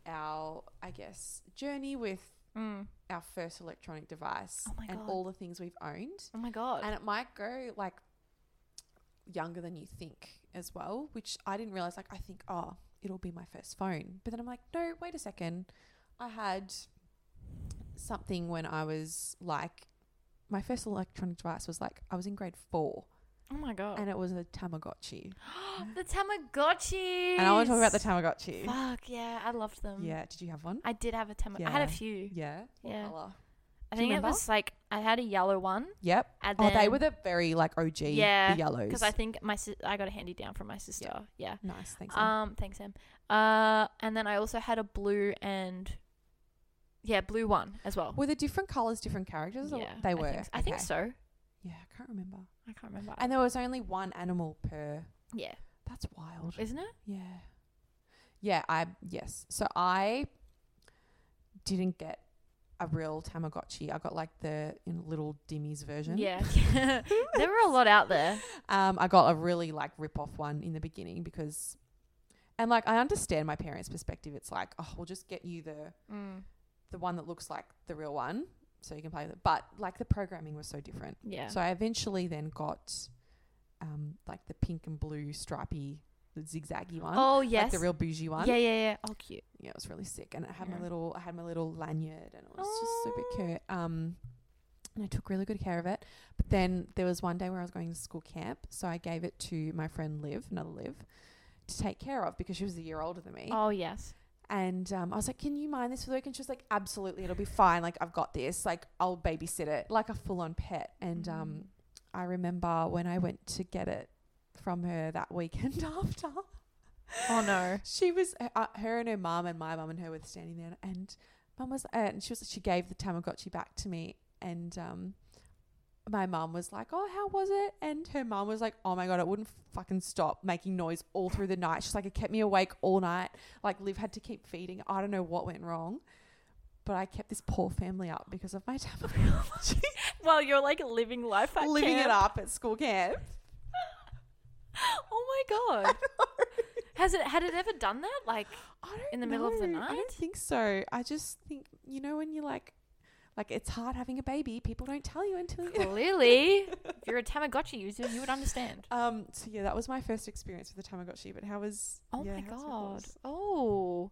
C: our, I guess, journey with
B: Mm.
C: our first electronic device
B: Oh my
C: and
B: God.
C: all the things we've owned.
B: Oh my god.
C: And it might go like younger than you think as well, which I didn't realize. Like, I think, oh, it'll be my first phone. But then I'm like, no, wait a second. I had something when I was like, my first electronic device was like, I was in grade four
B: oh my god.
C: and it was a Tamagotchi.
B: the Tamagotchi.
C: And I want to talk about the Tamagotchi.
B: Fuck yeah, I loved them.
C: Yeah. Did you have one?
B: Um, I did have a Tamagotchi. I had a
C: Yeah.
B: few.
C: Yeah. What
B: Yeah.
C: colour?
B: I
C: Do you
B: think it
C: remember?
B: was like I had a yellow one.
C: Yep.
B: And
C: Oh, they
B: then-
C: were the very like OG,
B: Yeah,
C: the yellows.
B: because I think my sis- I got a handy down from my sister. Yeah.
C: nice. Thanks. Em.
B: Um. Thanks, Sam. Uh. And then I also had a blue and yeah, blue one as well.
C: were the different colors different characters? or
B: yeah,
C: They
B: I
C: were.
B: think, s- I think
C: Okay.
B: so.
C: Yeah, I can't remember.
B: I can't remember.
C: And there was only one animal per.
B: yeah.
C: That's wild.
B: Isn't it?
C: Yeah. Yeah, I yes. So I didn't get a real Tamagotchi. I got like the you know, little Dimmy's version.
B: Yeah. there were a lot out there.
C: Um, I got a really like rip off one in the beginning because, and like I understand my parents' perspective. It's like, oh, we'll just get you the
B: Mm.
C: the one that looks like the real one, so you can play with it. But like the programming was so different.
B: Yeah.
C: So I eventually then got um, like the pink and blue stripy, the zigzaggy one.
B: oh yes.
C: Like the real bougie one.
B: Yeah. Yeah. Yeah. Oh, cute.
C: Yeah, it was really sick. And it had my
B: Yeah.
C: little I had my little lanyard and it was just super cute. Um and I took really good care of it. But then there was one day where I was going to school camp, so I gave E it to my friend Liv, another Liv, to take care of because she was a year older than me.
B: Oh yes.
C: And um, I was like, "Can you mind this for the week?" And she was like, "Absolutely, it'll be fine. Like I've got this. Like I'll babysit it, like a full-on pet." And
B: Mm.
C: um, I remember when I went to get it from her that weekend after.
B: Oh no.
C: She was uh, her and her mum and my mum and her were standing there, and mum was uh, and she was she gave the Tamagotchi back to me, and um, my mum was like, "Oh, how was it?" And her mum was like, "Oh my god, it wouldn't fucking stop making noise all through the night." She's like, "It kept me awake all night. Like Liv had to keep feeding. I don't know what went wrong." But I kept this poor family up because of my Tamagotchi,
B: Well, you're like living life at
C: living it
B: camp.
C: up at school camp.
B: Oh my god. Has it had it ever done that? Like
C: I don't
B: in the middle of the
C: know. I
B: night?
C: don't think so. I just think you know when you like, like it's hard having a baby. People don't tell you until. You
B: clearly, if you're a Tamagotchi user, you would understand.
C: um. So yeah, that was my first experience with the Tamagotchi. But how was?
B: Oh
C: yeah,
B: my
C: how's your
B: god.
C: thoughts?
B: Oh.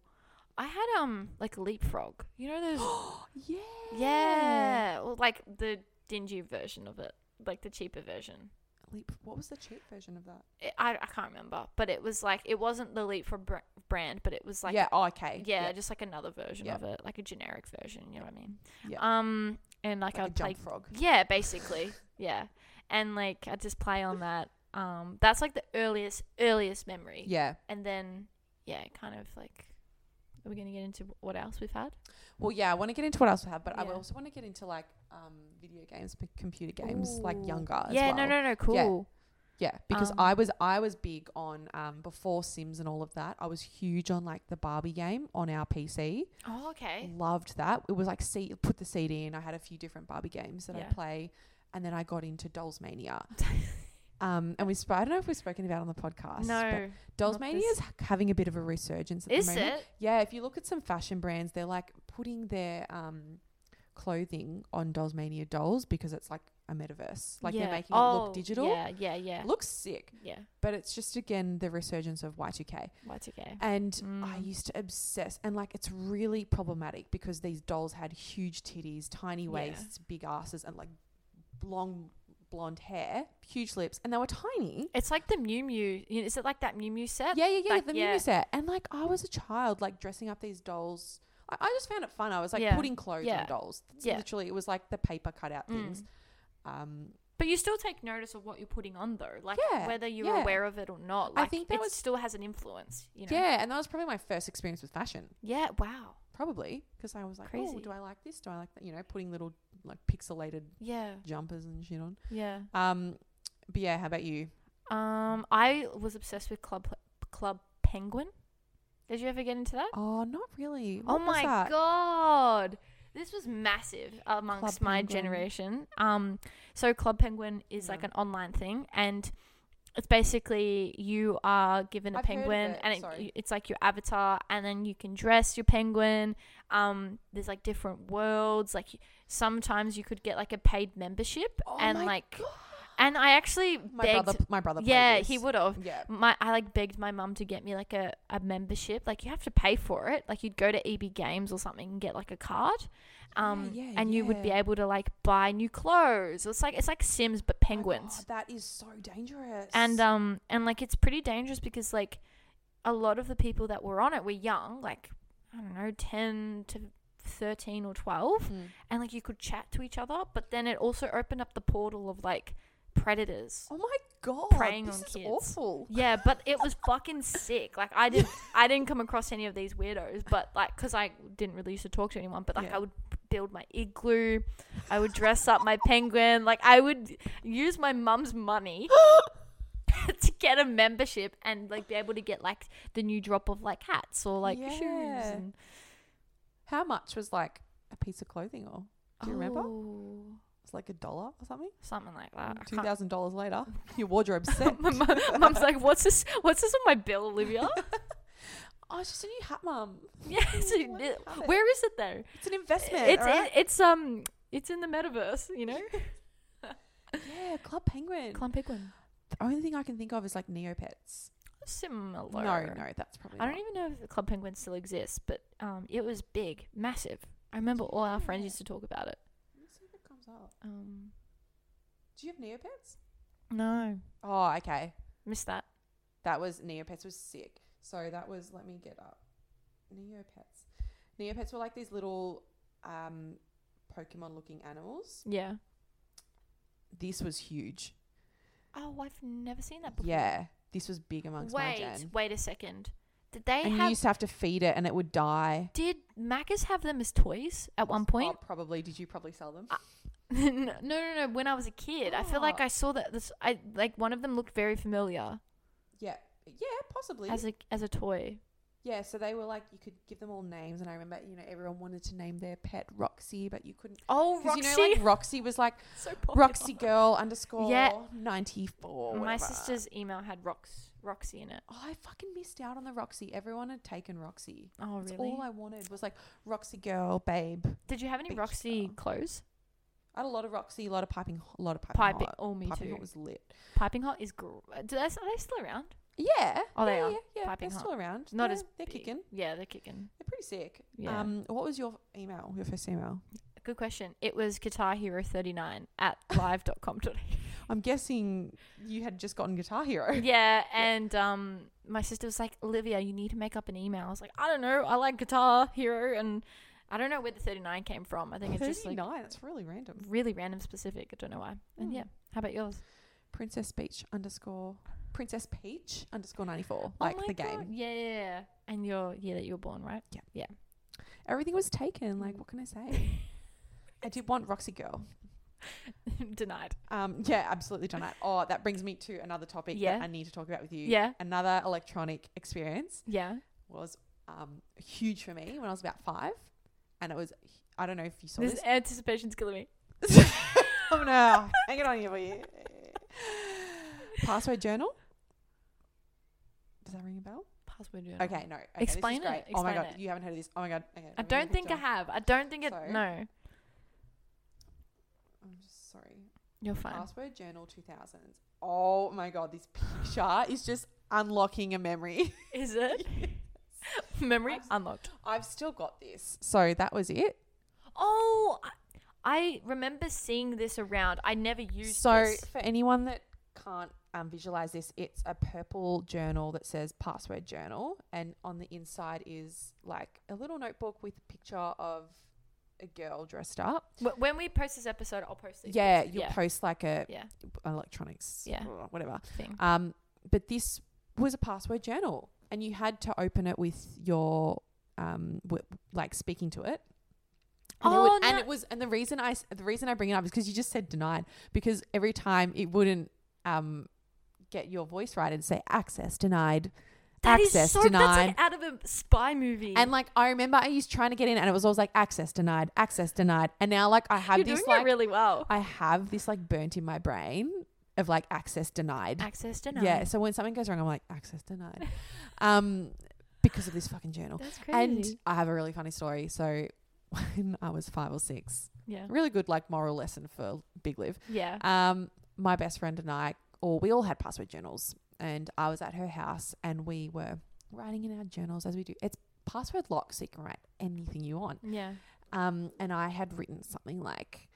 B: I had um like leapfrog. You know those
C: Oh, yeah.
B: Yeah. Well, like the dingy version of it, like the cheaper version.
C: Leap. What was the cheap version of that?
B: It, I, I can't remember, but it was like it wasn't the leapfrog br- brand, but it was like
C: yeah. Oh, okay.
B: yeah, just like another version
C: Yeah.
B: of it, like a generic version. You know what I mean?
C: Yeah.
B: Um, and like,
C: Like a
B: I'd play.
C: jump frog.
B: Yeah, basically. yeah, and like I'd just play on that. Um, that's like the earliest earliest memory.
C: Yeah.
B: And then yeah, kind of like. Are we gonna get into what else we've had?
C: Well, yeah. I want to get into what else we have, but I
B: Yeah.
C: also want to get into like um video games, but computer games, like
B: Ooh.
C: younger. as
B: Yeah,
C: well.
B: no, no, no, cool.
C: Yeah, because
B: Um,
C: I was I was big on um, before Sims and all of that. I was huge on like the Barbie game on our PC.
B: Oh, okay.
C: Loved that. It was like C- put the CD in. I had a few different Barbie games that
B: Yeah.
C: I play, and then I got into Dolls Mania. um, and we sp- I don't know if we've spoken about it on the podcast.
B: No,
C: but Dolls
B: not
C: Mania
B: this.
C: is h- having a bit of a resurgence. At
B: is
C: the moment.
B: it?
C: Yeah, if you look at some fashion brands, they're like putting their um clothing on Dolls Mania dolls because it's like a metaverse. Like
B: Yeah.
C: they're making it
B: Oh,
C: look digital.
B: Yeah, yeah, yeah.
C: Looks sick
B: yeah,
C: but it's just again the resurgence of Y2K.
B: that's okay.
C: And I
B: Mm.
C: used to obsess, and like it's really problematic because these dolls had huge titties, tiny
B: Yeah.
C: waists, big asses, and like long blonde hair, huge lips, and they were tiny.
B: It's like the Mew Mew. you know, Is it like that Mew Mew set?
C: Yeah, yeah, yeah.
B: Like,
C: the
B: yeah.
C: Mew set, and like I was a child, like dressing up these dolls. I, I just found it fun. I was like
B: Yeah.
C: putting clothes
B: Yeah.
C: on dolls. That's
B: Yeah.
C: Literally, it was like the paper cutout
B: Mm.
C: things. Um,
B: But you still take notice of what you're putting on, though. Like
C: Yeah,
B: whether you're
C: yeah.
B: aware of it or not.
C: I
B: Like,
C: think that
B: it
C: was-
B: still has an influence. You know.
C: Yeah, and that was probably my first experience with fashion.
B: Yeah. Wow.
C: probably because I was like, oh,
B: Crazy.
C: do I like this? Do I like that? You know, putting little like pixelated
B: Yeah.
C: jumpers and shit on.
B: Yeah.
C: Um, but yeah, how about you?
B: Um, I was obsessed with Club Club Penguin. Did you ever get into that?
C: Oh, not really.
B: Oh
C: What was
B: my
C: that?
B: god. This was massive amongst
C: Club
B: my
C: Penguin.
B: generation. Um so Club Penguin is like an online thing and it's basically you are given a
C: I've heard of
B: penguin
C: it,
B: and
C: sorry.
B: it, it's like your avatar and then you can dress your penguin. Um there's like different worlds like sometimes you could get like a paid membership
C: Oh
B: and
C: my
B: like
C: God. Oh
B: and I actually
C: my
B: begged
C: brother, my brother. played
B: Yeah,
C: this.
B: he would have
C: Yeah.
B: my I like begged my mum to get me like a, a membership. Like you have to pay for it. Like you'd go to EB Games or something and get like a card. Um
C: yeah,
B: and you would be
C: yeah.
B: able to like buy new clothes. It's like it's like Sims but
C: Oh my
B: penguins.
C: God, that is so dangerous.
B: and um and like it's pretty dangerous because like a lot of the people that were on it were young, like I don't know, 10 to 13 or 12
C: Mm.
B: and like you could chat to each other, but then it also opened up the portal of like predators.
C: oh my god,
B: preying
C: this
B: on
C: is
B: kids.
C: awful.
B: Yeah, but it was fucking sick. Like I didn't, I didn't come across any of these weirdos, but like, cause I didn't really used to talk to anyone. But like,
C: Yeah.
B: I would build my igloo, I would dress up my penguin. Like I would use my mum's money to get a membership and like be able to get like the new drop of like hats or like shoes.
C: Yeah.
B: And,
C: How much was like a piece of clothing, or do you remember?
B: Oh,
C: It's like a dollar or something.
B: Something like that. I
C: Two
B: can't-
C: thousand dollars later, your wardrobe's set.
B: my mum- mum's like, what's this? What's this on my bill, Olivia?
C: oh, it's just a new hat, mum.
B: yeah. so-
C: Why do you have it?
B: where is it though?
C: It's an investment.
B: it's
C: all right?
B: it, it's um it's in the metaverse, you know.
C: yeah, Club Penguin.
B: Clan Penguin.
C: The only thing I can think of is like Neopets.
B: Similar.
C: No, no, that's probably.
B: I
C: not.
B: don't even know if the Club Penguin still exists, but um, it was big, massive. I remember all our friends
C: Yeah.
B: used to talk about it.
C: Let's see if it comes up.
B: Um,
C: Do you have Neopets?
B: no,
C: Oh, okay.
B: missed that.
C: That was Neopets was sick. So that was. Let me get up. Neopets. Neopets were like these little um, Pokemon looking animals.
B: Yeah.
C: This was huge.
B: Oh, I've never seen that before.
C: Yeah. This was big amongst my
B: Wait,
C: gen.
B: wait a second. Did they
C: And you
B: have?
C: used to have to feed it and it would die.
B: did Macca's have them as toys at one point? Uh,
C: Oh, probably. Did you probably sell them?
B: no, no, no, no. When I was a kid, I feel like
C: Oh.
B: I saw that. This, I like one of them looked very familiar
C: yeah. Yeah, possibly.
B: as a as a toy.
C: yeah, so they were like, you could give them all names. And I remember, you know, everyone wanted to name their pet Roxy, but you couldn't.
B: Oh,
C: Because, you know, like Roxy was like
B: so
C: Roxy girl underscore
B: Yeah.
C: 94.
B: My
C: whatever.
B: sister's email had Rox Roxy in it.
C: Oh, I fucking missed out on the Roxy. Everyone had taken Roxy.
B: Oh,
C: That's
B: really?
C: all I wanted was like Roxy girl, babe.
B: Did you have any
C: Beach
B: Roxy
C: girl.
B: clothes?
C: I had a lot of Roxy, a lot of piping, a lot of piping.
B: Piping.
C: hot.
B: Oh, me
C: piping
B: too.
C: hot was lit.
B: Piping Hot is. Gr- do they, are they still around?
C: Yeah.
B: Oh, they
C: yeah,
B: are.
C: Yeah, yeah.
B: Piping
C: they're
B: hot.
C: still around.
B: Not
C: they're,
B: as
C: they're
B: big.
C: kicking.
B: Yeah, they're kicking.
C: They're pretty sick.
B: Yeah.
C: Um, what was your email? Your first email?
B: Good question. It was Guitar Hero 39 at live.com.
C: I'm guessing you had just gotten Guitar Hero.
B: yeah, and um, my sister was like, Olivia, you need to make up an email. I was like, I don't know. I like Guitar Hero, and I don't know where the 39 came from. I think it's just like
C: 39. That's really random.
B: really random specific. I don't know why. And
C: Hmm.
B: yeah, how about yours?
C: Princess Peach underscore Princess Peach underscore 94. Like
B: Oh my
C: the game.
B: God. Yeah, yeah, yeah. And your year that you were born, right?
C: Everything was taken. Like, what can I say? I did want Roxy girl.
B: Denied.
C: Um, yeah, absolutely done that. Oh, that brings me to another topic
B: Yeah.
C: that I need to talk about with you.
B: Yeah.
C: Another electronic experience
B: Yeah.
C: was um, huge for me when I was about five. And it was, I don't know if you saw
B: This
C: this.
B: anticipation's killing me.
C: I'm gonna Oh, hang it on here for you. Password journal. Does that ring a bell?
B: Password journal.
C: Okay, no. Okay, this is
B: Explain it,
C: great. oh my
B: explain
C: god,
B: it.
C: you haven't heard of this. Oh my god. Okay,
B: I
C: let me look
B: don't
C: at
B: think I
C: journal.
B: have. I don't think it.
C: Sorry.
B: No,
C: I'm just sorry.
B: you're fine.
C: Password journal 2000s. Oh my god, this picture is just unlocking a memory.
B: Is it? Memory
C: Abs-
B: unlocked.
C: I've still got this. So that was it.
B: Oh, I- I remember seeing this around. I never used
C: so
B: this.
C: for anyone that can't um, visualize this, it's a purple journal that says password journal, and on the inside is like a little notebook with a picture of a girl dressed up.
B: Wh- When we post this episode, I'll post it.
C: Yeah, you
B: yeah.
C: post like a
B: Yeah.
C: electronics,
B: Yeah.
C: whatever.
B: thing.
C: Um, but this was a password journal, and you had to open it with your um, w- like speaking to it. And, it
B: Oh,
C: would, and
B: no.
C: it was, and the reason I s- the reason I bring it up is because you just said denied because every time it wouldn't um, get your voice right and say access denied,
B: That is
C: access
B: so. That's
C: denied.
B: like out of a spy movie.
C: and like I remember, I used trying to get in, and it was always like access denied, access denied. And now, like I have
B: you're
C: this
B: doing
C: like
B: it really well.
C: I have this like burnt in my brain of like access denied.
B: Access denied.
C: Yeah. So when something goes wrong, I'm like, access denied. um, because of this fucking journal.
B: That's crazy.
C: And I have a really funny story. So when I was five or six,
B: yeah.
C: really good like moral lesson for Big Liv.
B: Yeah.
C: Um, my best friend and I, or we all had password journals, and I was at her house and we were writing in our journals as we do. It's password locked, so you can write anything you want.
B: Yeah.
C: Um, and I had written something like,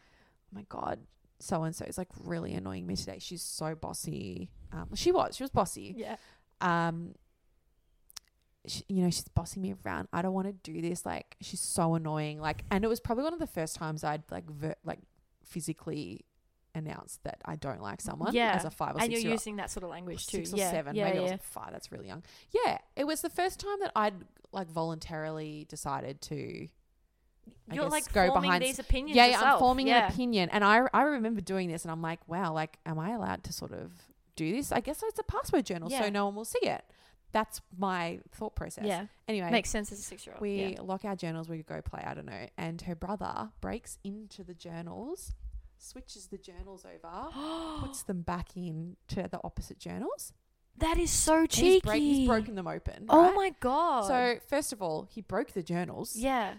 C: "Oh my god, so and so is like really annoying me today. She's so bossy. Um, she was, she was bossy
B: Yeah.
C: um she, you know she's bossing me around i don't want to do this like she's so annoying like and it was probably one of the first times i'd like ver- like physically announced that i don't like someone
B: Yeah.
C: as a five or
B: And
C: six
B: you're
C: year old
B: using that sort of language too.
C: six or
B: yeah.
C: seven
B: Yeah.
C: maybe I
B: yeah.
C: was five that's really young yeah it was the first time that i'd like voluntarily decided to I
B: You're
C: guess
B: like
C: go
B: forming
C: behind-
B: these opinions.
C: yeah, yeah i'm
B: yourself.
C: forming
B: yeah.
C: an opinion and I, I remember doing this and i'm like wow like am i allowed to sort of do this i guess it's a password journal
B: Yeah.
C: so no one will see it that's my thought process
B: Yeah.
C: anyway
B: Makes sense as a six year old.
C: we
B: yeah.
C: lock our journals we go play i don't know and her brother breaks into the journals switches the journals over puts them back in to the opposite journals
B: that is so
C: And he's,
B: cheeky.
C: break- he's broken them open
B: Oh
C: right?
B: my god.
C: so first of all he broke the journals
B: yeah.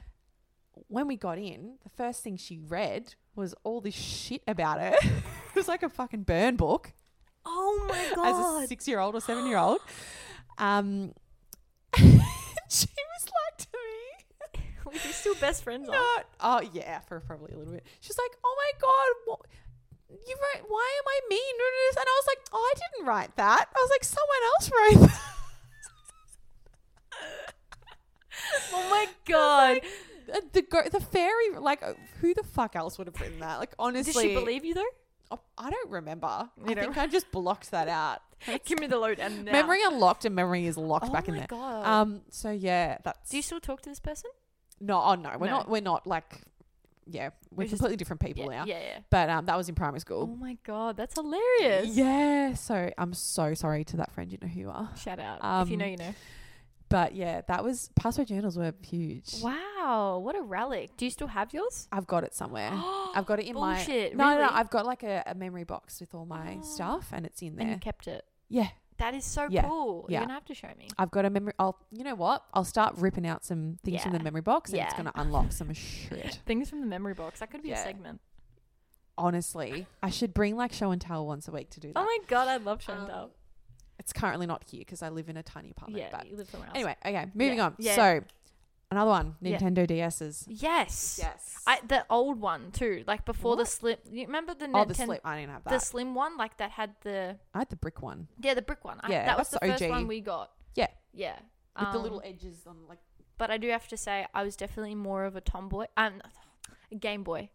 C: when we got in the first thing she read was all this shit about her it was like a fucking burn book
B: Oh my
C: as
B: god.
C: a six year old or seven year old um she was like to me
B: Were you still best friends? are?
C: No. Oh yeah, for probably a little bit. She's like, "Oh my god, what, you wrote? Why am I mean?" And I was like, "Oh, "I didn't write that." I was like, "Someone else wrote." that."
B: Oh my god.
C: Uh, The go- the fairy like uh, who the fuck else would have written that? Like honestly,
B: Did she believe you though?
C: Oh, I don't remember.
B: You
C: I
B: don't-
C: think I just blocked that out.
B: Give me the load and now.
C: Memory unlocked and memory is locked
B: oh
C: back
B: my
C: in there.
B: God.
C: Um. So yeah, that's
B: Do you still talk to this person?
C: no. Oh no, we're
B: No.
C: not. We're not like yeah. We're,
B: We're just-
C: completely different people
B: yeah,
C: now.
B: Oh, yeah, yeah.
C: But um, that was in primary
B: Oh
C: school.
B: my god, that's hilarious.
C: Yeah. So I'm so sorry to that friend. You know who you are.
B: Shout out. if you know,
C: Um,
B: you know.
C: But yeah, that was password journals were huge.
B: Wow, what a relic. Do you still have yours?
C: I've got it somewhere. I've got it in
B: Bullshit,
C: my no, no, no.
B: really?
C: I've got like a, a memory box with all my
B: Oh.
C: stuff, and it's in
B: And you
C: there.
B: kept it.
C: Yeah,
B: That is so
C: Yeah,
B: cool.
C: yeah.
B: You're gonna have to show me.
C: I've got a memory. I'll you know what? I'll start ripping out some things from the
B: Yeah.
C: memory box, and it's
B: Yeah.
C: gonna unlock some shit.
B: Things from the memory box. That could be a
C: Yeah.
B: segment.
C: Honestly, I should bring like show and tell once a week to do that.
B: Oh my god, I love
C: Um,
B: Chantel.
C: it's currently not here because I live in a tiny apartment.
B: yeah,
C: but
B: you live somewhere else.
C: anyway, okay, moving on.
B: yeah.
C: So another one,
B: Yeah.
C: Nintendo DS's.
B: Yes.
C: Yes,
B: I the old one too, like before the
C: What?
B: slim. You remember the
C: oh
B: Nintendo
C: the slip. I didn't have that.
B: the slim one, like that had the
C: I had the brick one
B: yeah the brick one. I,
C: Yeah,
B: that was the
C: that's the
B: first
C: OG.
B: one we got.
C: Yeah.
B: Yeah.
C: with the
B: Um,
C: little edges on like.
B: But I do have to say, I was definitely more of a tomboy. Um, a Game Boy,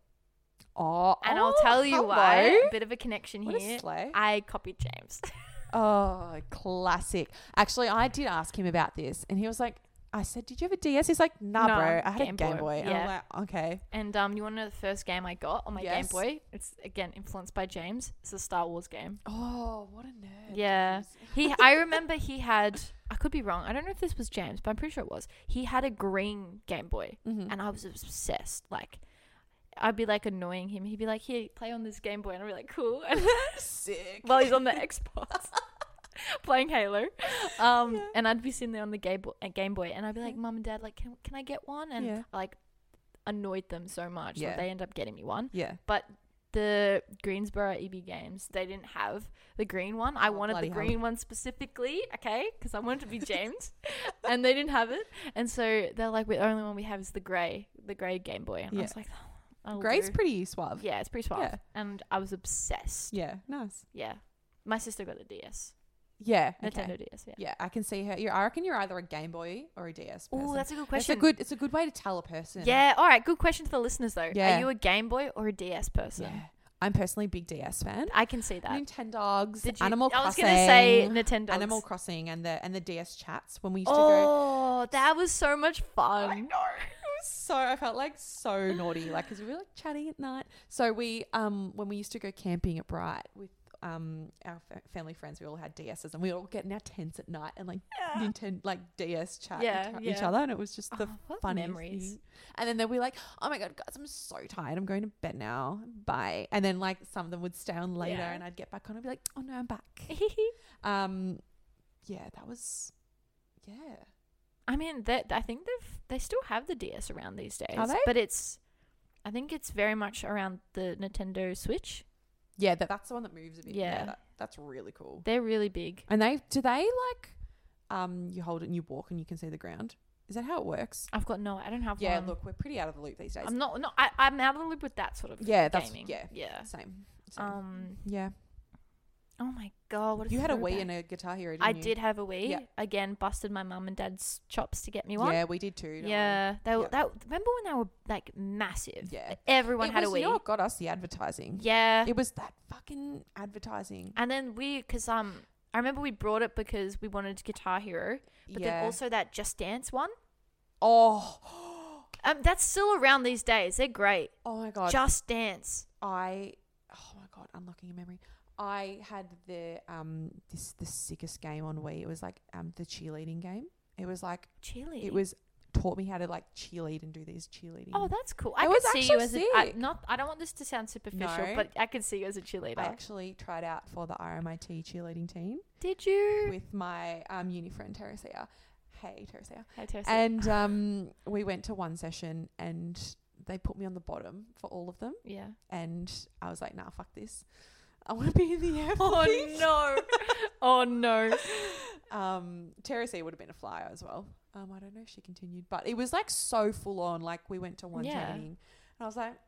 C: Oh,
B: and
C: oh,
B: I'll tell you why.
C: hello.
B: A bit of a connection
C: What
B: here.
C: a slay.
B: I copied James.
C: Oh, classic. Actually, I did ask him about this, and he was like, I said, Did you have a DS? He's like, Nah,
B: No,
C: bro. I had
B: Game
C: a Game
B: Boy.
C: Boy. And
B: Yeah.
C: I'm like, Okay.
B: and um, you want to know the first game I got on my Game
C: Yes.
B: Boy? It's again influenced by James. It's a Star Wars game.
C: Oh, what a nerd.
B: Yeah. He I remember he had I could be wrong. I don't know if this was James, but I'm pretty sure it was. He had a green Game Boy
C: Mhm.
B: and I was obsessed. Like I'd be like annoying him. He'd be like, "Here, play on this Game Boy." And I'd be like, "Cool." And
C: Sick.
B: while he's on the Xbox playing Halo. Um
C: Yeah.
B: and I'd be sitting there on the Game Boy, uh, Game Boy and I'd be like, "Mom and Dad, like can, can I get one?" And
C: Yeah.
B: I, like annoyed them so much
C: Yeah.
B: that they end up getting me one.
C: Yeah.
B: But the Greensboro EB games, they didn't have the green one. I
C: Oh,
B: wanted the
C: bloody hell.
B: green one specifically, okay, because I wanted to be James, and they didn't have it. And so they're like, "The only one we have is the gray, the gray Game Boy." And
C: Yeah.
B: I was like, oh,
C: Gray's pretty suave. Yeah.
B: yeah, it's pretty suave."
C: Yeah.
B: And I was obsessed. Yeah.
C: Nice.
B: my sister got a DS,
C: Yeah. Okay.
B: Nintendo DS. Yeah.
C: Yeah. I can see her. You're, I reckon you're either a Game Boy or a DS person.
B: Oh, that's a good
C: It's
B: question.
C: a good, it's a good way to tell a person.
B: yeah. All right. Good question to the listeners though.
C: Yeah.
B: Are you a Game Boy or a DS person?
C: Yeah. I'm personally a big DS fan.
B: I can see that.
C: Nintendogs,
B: Did you-
C: Animal
B: I was
C: Crossing.
B: gonna say Nintendogs.
C: Animal Crossing and the and the DS chats when we used to go
B: Oh, that was so much
C: I know.
B: fun.
C: It was so I felt like so naughty, like because we were like chatting at night. So we um when we used to go camping at Bright with um our fa- family friends, we all had DSs and we all get in our tents at night and like Nintendo like DS chat with
B: Ah. Yeah,
C: our- each
B: yeah.
C: other, and it was just the
B: Oh, what
C: funniest
B: memories.
C: thing. And then they'd be like, "Oh my god, guys, I'm so tired. I'm going to bed now. Bye." And then like some of them would stay on later,
B: Yeah.
C: and I'd get back on and be like, "Oh no, I'm back." um, yeah, that was yeah.
B: I mean, that I think they've they still have the DS around these days.
C: they?
B: But it's, I think it's very much around the Nintendo Switch.
C: Yeah, that, that's the one that moves a bit. Yeah,
B: Yeah.
C: that, that's really cool.
B: They're really big.
C: And they do they like um you hold it and you walk and you can see the ground? Is that how it works?
B: I've got no, I don't have
C: Yeah,
B: one.
C: look, we're pretty out of the loop these days.
B: Um, I'm not. No, I, I'm out of the loop with that sort of.
C: Yeah, that's-
B: gaming.
C: yeah.
B: yeah.
C: same. same.
B: Um.
C: yeah,
B: Oh my god, what
C: you had a Wii
B: in
C: and a Guitar Hero. Didn't
B: I
C: you?
B: did have a Wii.
C: Yeah.
B: Again, busted my mum and dad's chops to get me one.
C: Yeah, we did too. don't we?
B: Yeah, they were.
C: Yeah.
B: That remember when they were like massive.
C: Yeah.
B: everyone
C: It
B: had
C: was,
B: a Wii.
C: You know what got us the advertising?
B: yeah,
C: It was that fucking advertising.
B: And then we, because um, I remember we brought it because we wanted Guitar Hero, but
C: yeah.
B: then also that Just Dance one.
C: oh,
B: Um, that's still around these days. They're great.
C: oh my god.
B: Just Dance.
C: I oh my god, unlocking your memory. I had the um this the sickest game on Wii. It was like um the cheerleading game. It was like
B: Cheerleading.
C: it was taught me how to like cheerlead and do these cheerleading.
B: Oh, that's cool. I
C: It
B: could
C: was
B: see you
C: actually
B: as a, I,
C: sick.
B: not. I don't want this to sound superficial,
C: No.
B: but I could see you as a cheerleader.
C: I actually tried out for the RMIT cheerleading team
B: Did you?
C: with my um uni friend Teresia. Hey Teresia.
B: Hey, Teresa.
C: And um we went to one session and they put me on the bottom for all of them
B: yeah.
C: and I was like, nah, fuck this. I want to be in the air. please."
B: Oh, no! oh no!
C: um, Terrace would have been a flyer as well. Um, I don't know if she continued, but it was like so full on. Like we went to one
B: Yeah.
C: training, and I was like,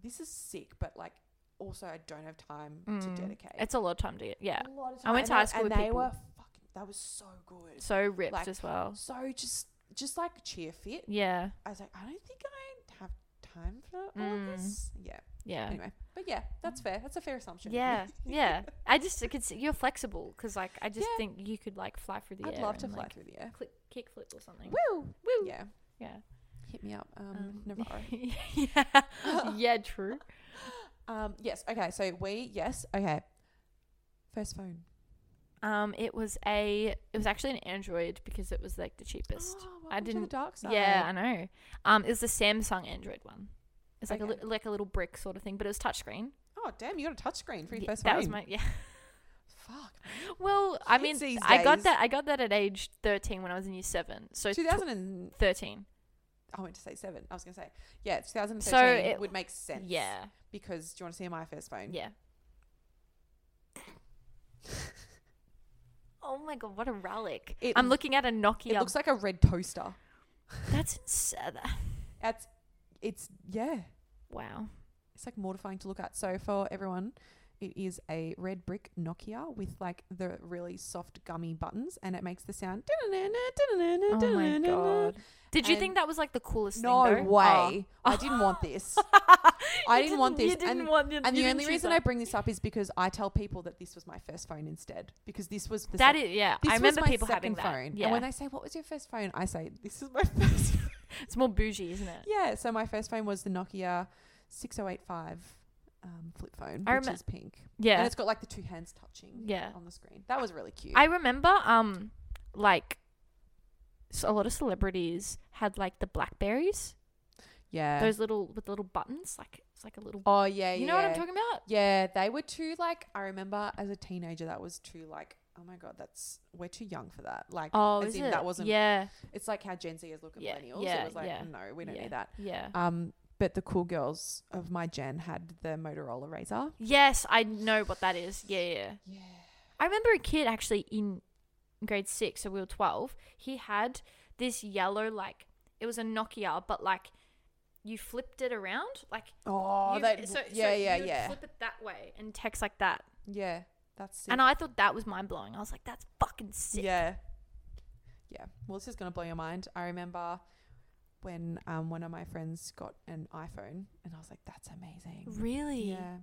C: "This is sick," but like also I don't have time
B: Mm.
C: to dedicate.
B: It's a lot of time to get. Yeah.
C: a lot of
B: I went
C: and
B: to
C: they-
B: high school
C: and
B: with
C: they
B: people.
C: were fucking. That was so good.
B: So ripped
C: Like,
B: as well.
C: So just just like cheer fit.
B: Yeah.
C: I was like, I don't think I have time for all
B: Mm.
C: of this. Yeah.
B: Yeah.
C: Anyway, but yeah, that's fair. That's a fair assumption.
B: Yeah. Yeah. I just I could see you're flexible because like I just
C: Yeah.
B: think you could like fly through the
C: I'd
B: air.
C: love to
B: and,
C: fly
B: like,
C: through the air.
B: Click, kick flip or something.
C: Woo!
B: Woo.
C: Yeah.
B: Yeah.
C: Hit me up, um,
B: Um,
C: Navarro.
B: yeah. yeah. True.
C: Um, yes. Okay. So we yes. Okay. First phone.
B: Um, it was a it was actually an Android because it was like the cheapest.
C: Oh,
B: I
C: welcome to the
B: didn't-
C: dark side.
B: Yeah, I know. Um, it was the Samsung Android one. It's like
C: Okay.
B: a li- like a little brick sort of thing, but it was touchscreen.
C: Oh damn! You got a touchscreen for your
B: Yeah,
C: first
B: that
C: phone.
B: was my yeah.
C: Fuck.
B: Well, I mean,
C: Kids these
B: I got
C: days.
B: that I got that at age thirteen when I was in year seven. So tw-
C: 2000 and
B: thirteen.
C: I went to say seven. I was gonna say yeah. 2013
B: it-
C: would make sense.
B: Yeah,
C: Because do you want to see my first phone?
B: yeah. oh my god, what a relic!
C: It
B: I'm
C: l-
B: looking at a
C: It
B: Nokia.
C: looks like a red toaster.
B: That's insane.
C: That's it's yeah.
B: Wow.
C: It's like mortifying to look at. So for everyone, it is a red brick Nokia with like the really soft gummy buttons, and it makes the sound.
B: Oh my god. Did you
C: And-
B: think that was like the coolest
C: No
B: thing? though? Ah.
C: way! I didn't want this.
B: Oh.
C: I
B: You
C: didn't want this,
B: You didn't
C: and-
B: want it.
C: And
B: you
C: the
B: didn't
C: only
B: choose
C: reason I
B: that.
C: bring this up is because I tell people that this was my first phone instead, because this was the
B: that
C: sec-
B: is yeah.
C: this
B: I
C: was
B: remember
C: my
B: people having
C: second phone.
B: that. Yeah,
C: And when they say, "What was your first phone?" I say, "This is my first phone."
B: it's more bougie, isn't it?
C: Yeah, so my first phone was the Nokia 6085 um, flip phone,
B: I
C: which
B: remem-
C: is pink.
B: Yeah,
C: And it's got like the two hands touching
B: Yeah.
C: on the screen. That was really cute.
B: I remember um like so a lot of celebrities had like the blackberries,
C: yeah.
B: those little with the little buttons, like it's like a little.
C: oh, yeah,
B: you know what I'm
C: yeah.
B: talking about?
C: Yeah, they were too like I remember as a teenager that was too like oh my god, that's we're too young for that. Like
B: Oh,
C: as
B: is
C: in
B: it?
C: that wasn't
B: Yeah,
C: it's like how Gen Z is looking
B: Yeah,
C: at millennials.
B: yeah,
C: it was like,
B: yeah,
C: no, we don't
B: yeah.
C: need that.
B: yeah.
C: Um but the cool girls of my gen had the Motorola Razor.
B: Yes, I know what that is. Yeah, yeah.
C: Yeah.
B: I remember a kid actually in grade six, so we were 12. He had this yellow, like, it was a Nokia, but like, you flipped it around. Like,
C: Oh,
B: you-
C: that
B: so,
C: yeah,
B: so
C: yeah,
B: you would
C: yeah.
B: Flip it that way and text like that.
C: yeah. That's sick.
B: And I thought that was mind blowing. I was like, that's fucking sick.
C: Yeah. Yeah. Well, this is going to blow your mind. I remember when um, one of my friends got an iPhone and I was like, that's amazing.
B: Really?
C: Yeah.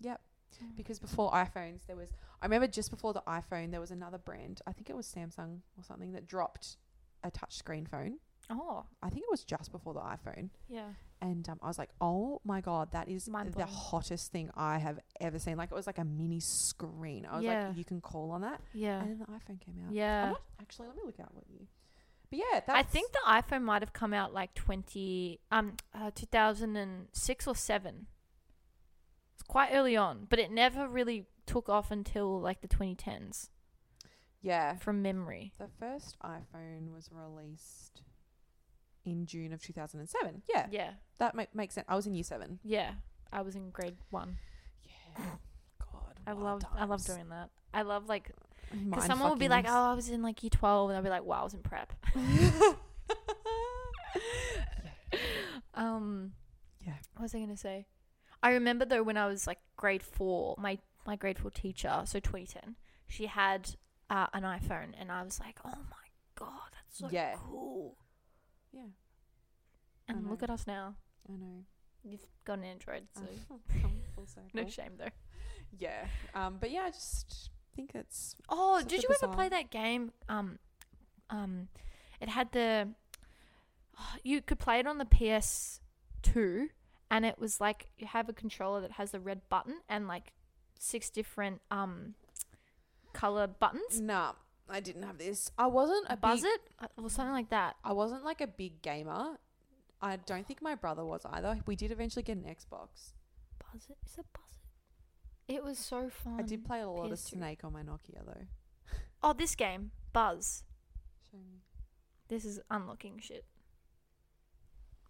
C: Yep.
B: Mm.
C: Because before iPhones, there was, I remember just before the iPhone, there was another brand. I think it was Samsung or something that dropped a touchscreen phone.
B: Oh,
C: I think it was just before the iPhone.
B: yeah.
C: And um, I was like, oh my God, that is the
B: Mind-blowing.
C: hottest thing I have ever seen. Like, it was like a mini screen. I was
B: Yeah.
C: like, you can call on that.
B: Yeah.
C: And then the iPhone came out. I'm
B: yeah.
C: not- actually, let me look out what you. But yeah, that's,
B: I think the iPhone might have come out like 20, um, uh, 2006 or 7. It's quite early on, but it never really took off until like the 2010s
C: yeah,
B: from memory.
C: the first iPhone was released in June of 2007. Yeah,
B: Yeah.
C: that ma- makes sense. I was in year seven.
B: Yeah. I was in grade one.
C: Yeah, God,
B: I love I love doing that. I love like
C: because
B: because someone would be like, "Oh, I was in like year twelve," and I'd be like, "Wow, I was in prep." Um,
C: Yeah.
B: What was I gonna say? I remember though when I was like grade four, my my grade four teacher, so 2010, she had uh, an iPhone, and I was like, "Oh my god, that's so
C: Yeah.
B: cool!"
C: yeah, I
B: And look
C: know. Oh,
B: at us now.
C: I know.
B: You've got an Android, so
C: I've come full circle.
B: no shame though.
C: yeah, um, but yeah, I just think it's
B: Oh,
C: Such
B: did
C: a
B: you ever play
C: bizarre-
B: that game? Um, um, it had the oh, you could play it on the PS2, and it was like you have a controller that has a red button and like six different um color buttons.
C: nah. I didn't have this. I wasn't a
B: Buzz
C: Mm, big-
B: it uh, or something like that.
C: I wasn't like a big gamer. I don't think my brother was either. We did eventually get an Xbox.
B: Buzz it is it buzz it. It was so fun.
C: I did play a lot of
B: PS2.
C: Snake on my Nokia though.
B: Oh, this game Buzz.
C: Show me.
B: This is unlocking shit.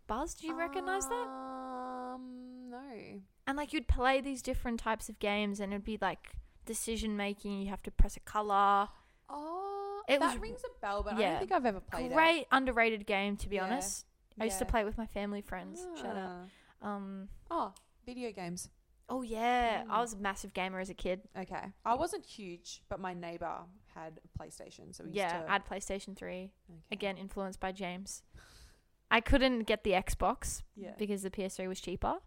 B: Buzz, do you recognize that?
C: Um, no.
B: And like you'd play these different types of games, and it'd be like decision making. You have to press a color.
C: Oh,
B: It
C: that
B: was-
C: rings a bell, but I
B: yeah.
C: don't think I've ever played it.
B: Great underrated game, to be
C: Yeah.
B: honest. I used to
C: Yeah.
B: play it with my family friends. Shout out. Um.
C: Ah. Oh, video games.
B: Oh yeah,
C: Mm.
B: I was a massive gamer as a kid.
C: Okay, I wasn't huge, but my neighbor had a PlayStation, so we
B: yeah,
C: used to,
B: I had PlayStation 3,
C: okay.
B: again influenced by James. I couldn't get the Xbox
C: Yeah.
B: because the PS3 was cheaper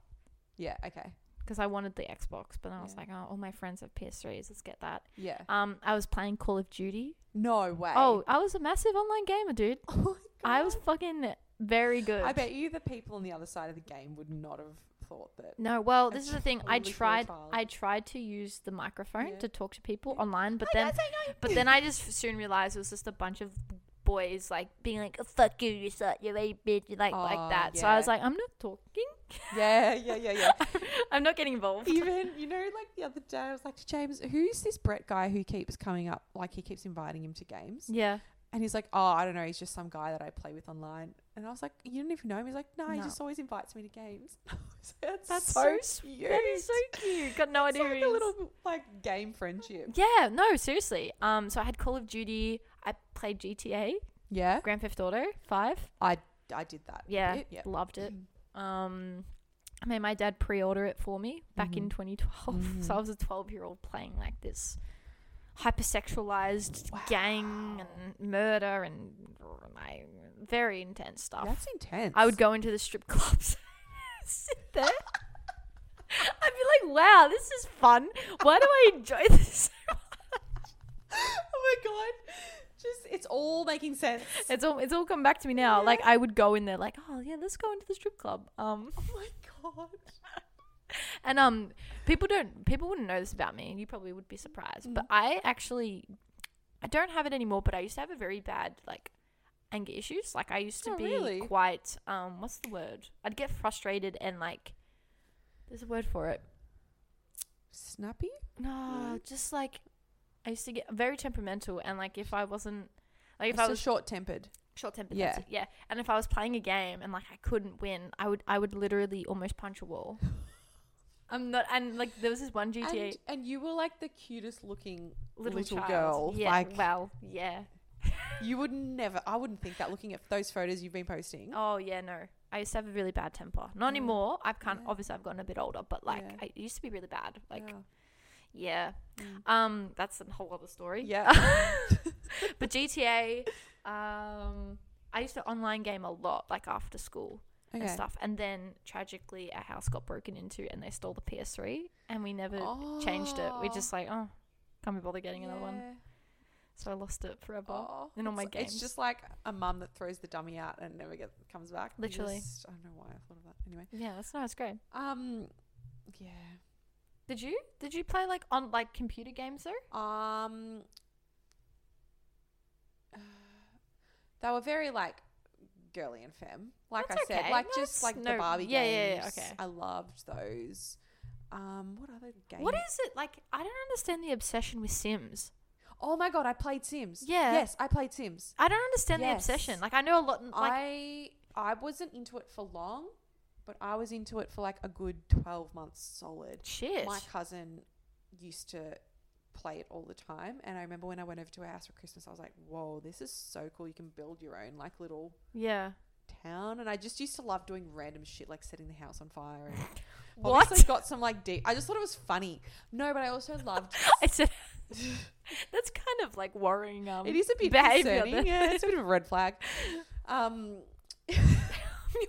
C: Yeah. Okay.
B: because I wanted the Xbox, but I was
C: Yeah.
B: like, oh, all my friends have PS3s, let's get that.
C: Yeah.
B: Um, I was playing Call of Duty.
C: No way.
B: Oh, I was a massive online gamer, dude.
C: Oh my
B: I was
C: God.
B: fucking very good.
C: I bet you the people on the other side of the game would not have thought that.
B: No, well,
C: A
B: this is the thing. I
C: totally cool
B: tried.
C: child.
B: I tried to use the microphone
C: Yeah.
B: to talk to people
C: Yeah.
B: online, but then, but then I just soon realized it was just a bunch of boys like being like, "Oh, "Fuck you, you slut, you a bitch," you like
C: Oh,
B: like that. So I was
C: yeah.
B: like, "I'm not talking.
C: Yeah, yeah, yeah, yeah.
B: I'm not getting involved."
C: Even you know, like the other day, I was like, James, who's this Brett guy who keeps coming up? Like he keeps inviting him to games,
B: Yeah,
C: and he's like, oh, I don't know, he's just some guy that I play with online. And I was like, you don't even know him. He's like, no, he
B: No.
C: just always invites me to games. I was like, That's,
B: That's
C: so,
B: so
C: cute.
B: that is so cute. Got no
C: it's
B: idea. who
C: like
B: he
C: a
B: is.
C: little like game friendship.
B: Yeah, no, seriously. Um, so I had Call of Duty. I played GTA,
C: Yeah,
B: Grand Theft Auto Five.
C: I did that. a
B: Yeah,
C: bit, yeah.
B: loved it. Um, I made my dad pre-order it for me back in 2012. So I was a 12-year-old playing like this hypersexualized gang and murder and my very intense stuff.
C: That's intense.
B: I would go into the strip clubs, sit there. I'd be like, "Wow, this is fun. Why do I enjoy this?"
C: oh my god, just it's all making sense.
B: It's all it's all come back to me now. Like I would go in there, like, "Oh yeah, let's go into the strip club." Um,
C: oh my god.
B: And um, people don't, people wouldn't know this about me, and you probably would be surprised.
C: Mm.
B: But I actually, I don't have it anymore. But I used to have a very bad like anger issues. Like I used to
C: Oh,
B: be
C: really?
B: quite um, what's the word? I'd get frustrated and like, there's a word for it.
C: Snappy? Mm.
B: No, just like I used to get very temperamental, and like if I wasn't, like if I
C: so
B: was
C: short tempered.
B: short tempered,
C: Yeah.
B: yeah, yeah, and if I was playing a game and like I couldn't win, I would, I would literally almost punch a wall. I'm not, and like there was this one GTA.
C: And, and you were like the cutest looking
B: little,
C: little,
B: child.
C: girl.
B: Yeah,
C: Like
B: well, yeah.
C: you would never I wouldn't think that looking at those photos you've been posting.
B: Oh yeah, no. I used to have a really bad temper. Not anymore. I've kind
C: Yeah.
B: obviously I've gotten a bit older, but like
C: Yeah.
B: I it used to be really bad. Like
C: Yeah.
B: yeah.
C: Mm.
B: Um that's a whole other story.
C: Yeah.
B: but GTA um I used to online game a lot like after school and
C: Okay.
B: stuff. And then tragically our house got broken into and they stole the PS3 and we never changed it. We
C: Oh.
B: just like, oh, can't be bothered getting another one.
C: Yeah.
B: So I lost it forever.
C: Oh,
B: in all
C: it's
B: my
C: like- It's
B: games.
C: just like a mum that throws the dummy out and never get, comes back. You
B: Literally.
C: just- I don't know why I thought of that. Anyway.
B: Yeah, that's nice, great.
C: Um yeah.
B: Did you did you play like on like computer games though?
C: Um, they were very like girly and femme. Like
B: That's
C: I said,
B: okay.
C: like
B: No,
C: just
B: it's
C: like the
B: no-
C: Barbie
B: yeah, yeah,
C: games.
B: yeah, okay.
C: I loved those. Um, what other games?
B: What is it like? I don't understand the obsession with Sims.
C: Oh my god, I played Sims.
B: Yeah.
C: Yes, I played Sims.
B: I don't understand the obsession.
C: Yes.
B: Like I know a lot. Like
C: I I wasn't into it for long, but I was into it for like a good twelve months solid.
B: shit.
C: My cousin used to play it all the time, and I remember when I went over to her house for Christmas, I was like, "Whoa, this is so cool! You can build your own like little
B: yeah.
C: town." And I just used to love doing random shit like setting the house on fire. And
B: What?
C: Obviously got some like deep. I just thought it was funny. No, but I also loved.
B: I said that's kind of like worrying. Um,
C: it is a bit
B: behavior
C: concerning.
B: that-
C: Yeah, it's a bit of a red flag. Um,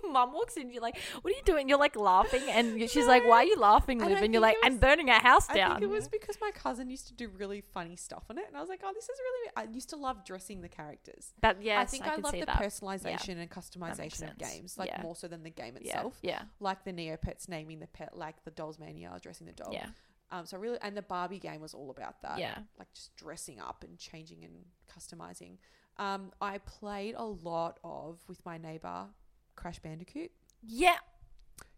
B: Your mum walks in, you're like, "What are you doing?" You're like laughing, and you- she's like, "Why are you laughing,
C: And
B: Liv?"
C: I
B: And, you're
C: think
B: like,
C: it
B: "I'm
C: was-
B: burning our house
C: I
B: down."
C: think it was because my cousin used to do really funny stuff on it, and I was like, "Oh, this is really." I used to love dressing the characters.
B: That yes,
C: I think I,
B: can
C: love
B: see
C: the
B: that.
C: personalization and
B: makes
C: customization of
B: sense.
C: games, like
B: Yeah.
C: more so than the game
B: yeah,
C: itself.
B: yeah,
C: Like the Neopets naming the pet, like the Dolls Mania dressing the doll.
B: yeah,
C: Um, so really, and the Barbie game was all about that.
B: yeah.
C: Like just dressing up and changing and customizing. Um, I played a lot of with my neighbor Crash Bandicoot.
B: Yeah,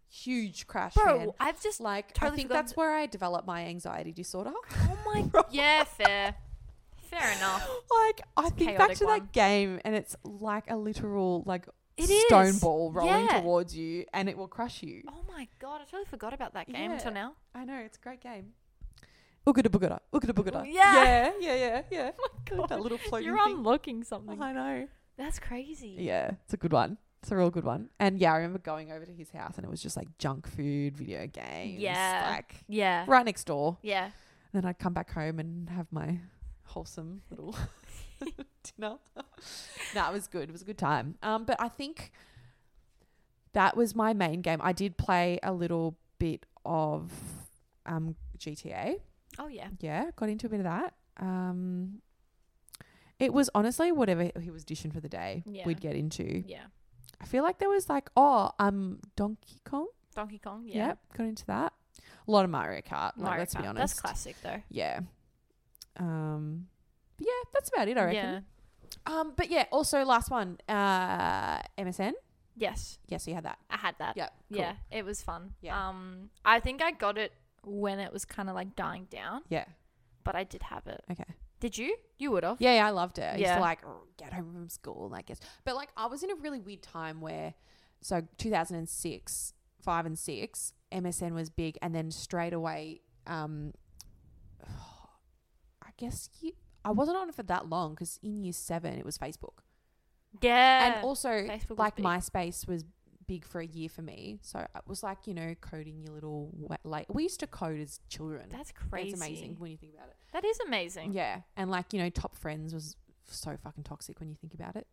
C: Huge Crash fan.
B: bro, I've just
C: Like I
B: totally
C: think
B: forgotten-
C: that's where I developed my anxiety disorder.
B: oh my yeah, fair, fair enough.
C: Like I think back
B: chaotic
C: to
B: one.
C: that game, and it's like a literal like
B: It
C: stone
B: is.
C: ball rolling
B: Yeah.
C: towards you, and it will crush you.
B: Oh my god, I totally forgot about that game until
C: Yeah.
B: now.
C: I know it's a great game. Oogada boogada, oogada boogada. yeah,
B: yeah.
C: yeah, yeah, yeah.
B: Oh my
C: Like that little floating
B: You're
C: thing.
B: unlocking something.
C: I know.
B: That's crazy.
C: Yeah, it's a good one. It's a real good one. And yeah, I remember going over to his house, and it was just like junk food, video games,
B: Yeah.
C: like
B: Yeah.
C: right next door.
B: Yeah.
C: And then I'd come back home and have my wholesome little dinner. no, it was good. It was a good time. Um, but I think that was my main game. I did play a little bit of um, GTA.
B: Oh yeah.
C: Yeah, got into a bit of that. Um, it was honestly whatever he was dishing for the day,
B: Yeah.
C: we'd get into.
B: Yeah.
C: I feel like there was like, oh, um, Donkey Kong.
B: Donkey Kong.
C: Yeah.
B: Yeah.
C: got into that. A lot of Mario Kart. Like,
B: Mario
C: let's be
B: Kart.
C: honest.
B: That's classic though.
C: Yeah. Um, but yeah, that's about it. I reckon.
B: Yeah.
C: Um, but yeah, also last one, uh, MSN.
B: Yes.
C: Yes, you had that.
B: I had that.
C: Yeah, cool.
B: Uh, Yeah. It was fun.
C: Yeah.
B: Um I think I got it when it was kind of like dying down,
C: Yeah.
B: but I did have it.
C: Okay.
B: Did you? You would have.
C: Yeah, yeah, I loved it. I used
B: Yeah.
C: to like oh, get home from school, and I guess. But like, I was in a really weird time where, so 2006, five and six, MSN was big, and then straight away, um, I guess you, I wasn't on it for that long because in year seven it was Facebook,
B: Yeah.
C: and also
B: Facebook was
C: like
B: big.
C: MySpace was big for a year for me, so it was like you know coding your little wa- like we used to code as children.
B: That's crazy.
C: It's amazing when you think about it.
B: That is amazing.
C: Yeah. And like, you know, Top Friends was so fucking toxic when you think about it.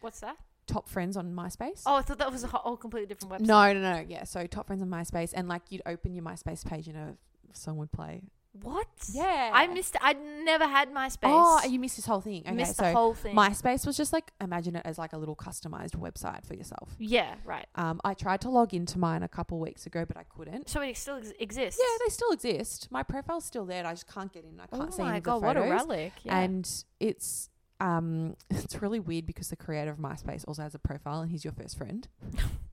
B: What's that?
C: Top Friends on MySpace.
B: Oh, I thought that was a whole completely different website.
C: no, no, no. Yeah. So Top Friends on MySpace. And like, you'd open your MySpace page and a song would play.
B: What?
C: Yeah.
B: I missed. I never had MySpace.
C: Oh, you missed this whole thing. Okay.
B: missed
C: so
B: the whole thing.
C: MySpace was just like, imagine it as like a little customized website for yourself.
B: yeah. Right.
C: Um, I tried to log into mine a couple weeks ago, but I couldn't.
B: So it still ex- exists.
C: Yeah, they still exist. My profile's still there. I just can't get in. I can't
B: oh
C: see any
B: my
C: of the
B: god! What a
C: photos.
B: relic. Yeah.
C: and it's um it's really weird because the creator of MySpace also has a profile and he's your first friend.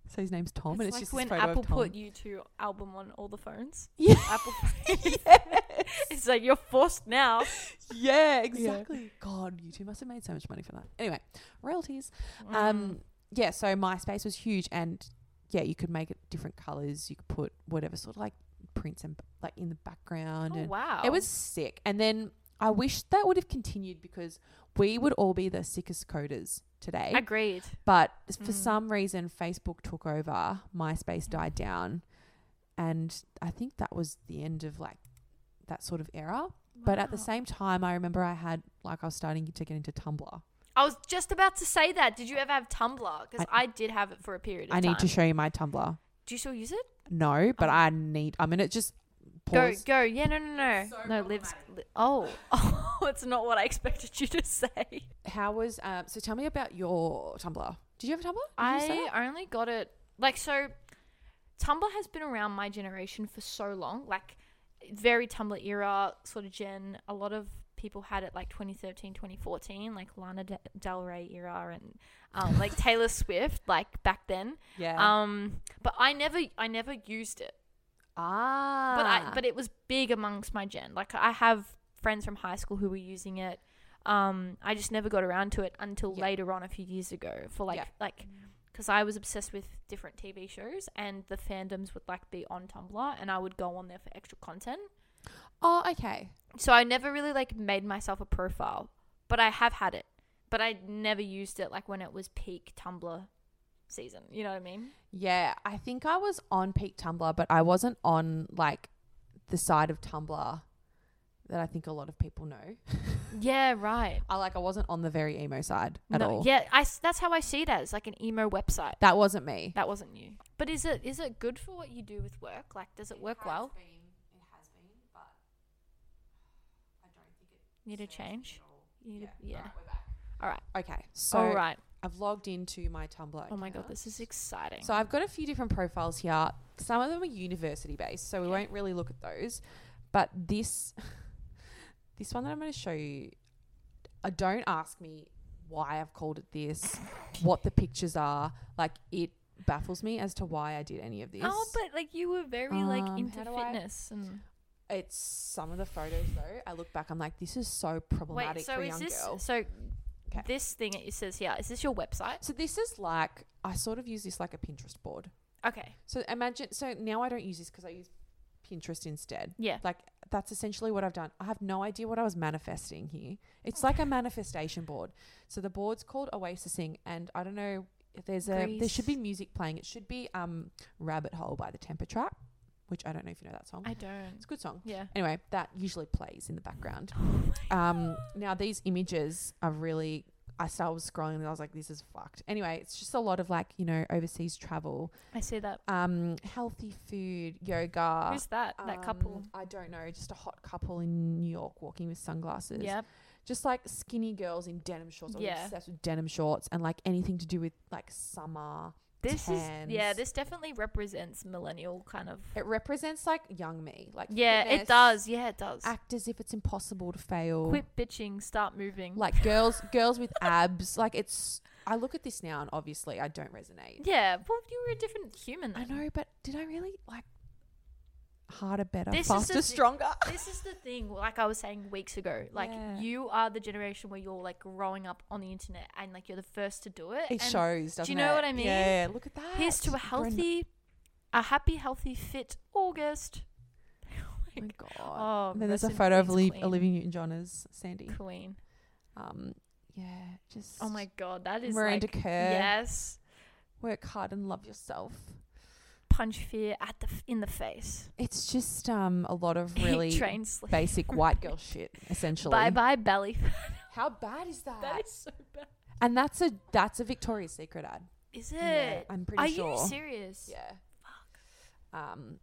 C: so his name's Tom, and it's
B: like
C: just
B: when
C: this photo
B: Apple
C: of Tom.
B: put U2 album on all the phones.
C: yeah.
B: Apple.
C: Yes.
B: it's like you're forced now.
C: yeah, exactly. God, you two must have made so much money from that. Anyway, royalties.
B: Mm.
C: Um, yeah. So MySpace was huge, and yeah, you could make it different colors. You could put whatever sort of like prints and like in the background.
B: Oh
C: and
B: wow.
C: It was sick. And then I wish that would have continued because we would all be the sickest coders today.
B: agreed.
C: But s- for
B: Mm.
C: some reason, Facebook took over, MySpace died down. And I think that was the end of like that sort of era. But at the
B: Wow.
C: same time, I remember I had like I was starting to get into Tumblr.
B: I was just about to say that. Did you ever have Tumblr? Because I,
C: I-
B: did have it for a period. Of
C: I need to
B: time.
C: show you my Tumblr.
B: Do you still use it?
C: No, but
B: Oh.
C: I need, I mean, it just
B: Go,
C: paused.
B: go. Yeah, no, no, no. no, lives. Li- oh, oh, it's not what I expected you to say.
C: How was, um, so tell me about your Tumblr. Did you have a Tumblr? Did you set
B: I
C: up?
B: only got it like so. Tumblr has been around my generation for so long, like very Tumblr era sort of gen. A lot of people had it like 2013, 2014, like Lana De- Del Rey era and um, like Taylor Swift, like back then.
C: yeah.
B: Um, but I never, I never used it.
C: ah.
B: but I, but it was big amongst my gen. Like I have friends from high school who were using it. Um, I just never got around to it until
C: Yeah.
B: later on a few years ago for like
C: Yeah.
B: like because I was obsessed with different TV shows and the fandoms would like be on Tumblr and I would go on there for extra content.
C: oh, okay.
B: So I never really like made myself a profile, but I have had it, but I never used it like when it was peak Tumblr season. You know what I mean?
C: Yeah, I think I was on peak Tumblr, but I wasn't on like the side of Tumblr that I think a lot of people know.
B: Yeah, right.
C: I like I wasn't on the very emo side at all.
B: Yeah, I s that's how I see it as like an emo website.
C: That wasn't me.
B: That wasn't you. But is it is it good for what you do with work? Like, does it work well? Need a change. You need yeah. yeah. All right.
C: Okay. So
B: All right.
C: I've logged into my Tumblr.
B: Oh my god,
C: account.
B: this is exciting.
C: So I've got a few different profiles here. Some of them are university based, so we won't really look at those. But this this one that I'm going to show you, uh, don't ask me why I've called it this, what the pictures are. Like it baffles me as to why I did any of this.
B: oh, but like you were very like
C: Um,
B: into
C: how do I-
B: fitness and
C: it's some of the photos though. I look back, I'm like, this is so problematic
B: wait. So
C: for a
B: is
C: young
B: this
C: girl.
B: so?
C: Okay.
B: This thing it says here is this your website?
C: So this is like I sort of use this like a Pinterest board.
B: Okay.
C: So imagine. So now I don't use this because I use Pinterest instead.
B: Yeah.
C: Like that's essentially what I've done. I have no idea what I was manifesting here. It's like a manifestation board. So the board's called Oasising, and I don't know. if There's a there should be
B: Grease.
C: music playing. It should be um Rabbit Hole by the Temper Trap. which I don't know if you know that song.
B: I
C: It's
B: don't.
C: a good song.
B: Yeah.
C: Anyway, that usually plays in the background.
D: Oh
C: Um, now these images are really. I started I was scrolling and I was like, this is fucked. Anyway, it's just a lot of like you know overseas travel,
B: I see that.
C: um, healthy food, yoga.
B: Who's that? that
C: um,
B: couple.
C: I don't know, just a hot couple in New York walking with sunglasses.
B: Yep.
C: Just like skinny girls in denim shorts. I'm
B: Yeah.
C: obsessed with denim shorts and like anything to do with like summer.
B: This
C: tans.
B: is yeah. This definitely represents millennial kind of.
C: It represents like young me. Like
B: yeah,
C: fitness,
B: it does. Yeah, it does.
C: Act as if it's impossible to fail.
B: Quit bitching. Start moving.
C: like girls girls with abs like it's i look at this now and obviously i don't resonate
B: yeah. Well, you were a different human.
C: i
B: Then.
C: know but did i really like harder better
B: This is
C: faster
B: the thi-
C: stronger
B: This is the thing. Like I was saying weeks ago. Like
C: Yeah.
B: you are the generation where you're like growing up on the internet and like you're the first to do it.
C: it
B: and
C: shows doesn't
B: do you know
C: it?
B: what I mean?
C: yeah look at that
B: Here's to a
C: Grown-
B: healthy, a happy, healthy, fit August.
C: oh my
B: Like,
C: god
B: oh,
C: then there's
B: rest
C: a
B: in
C: photo of
B: peace,
C: Liv-
B: Queen.
C: olivia newton-john as sandy
B: Queen.
C: um yeah just
B: Oh my god, that is
C: Miranda
B: like,
C: Kerr.
B: Yes,
C: work hard and love yourself
B: punch fear at the f- in the face.
C: it's just um a lot of really
B: train sleep.
C: basic white girl shit essentially
B: Bye bye belly.
C: how bad is that,
B: that is so bad.
C: and that's a that's a victoria's secret ad
B: Is it?
C: Yeah, I'm pretty
B: Are
C: sure.
B: you serious?
C: Yeah. Um.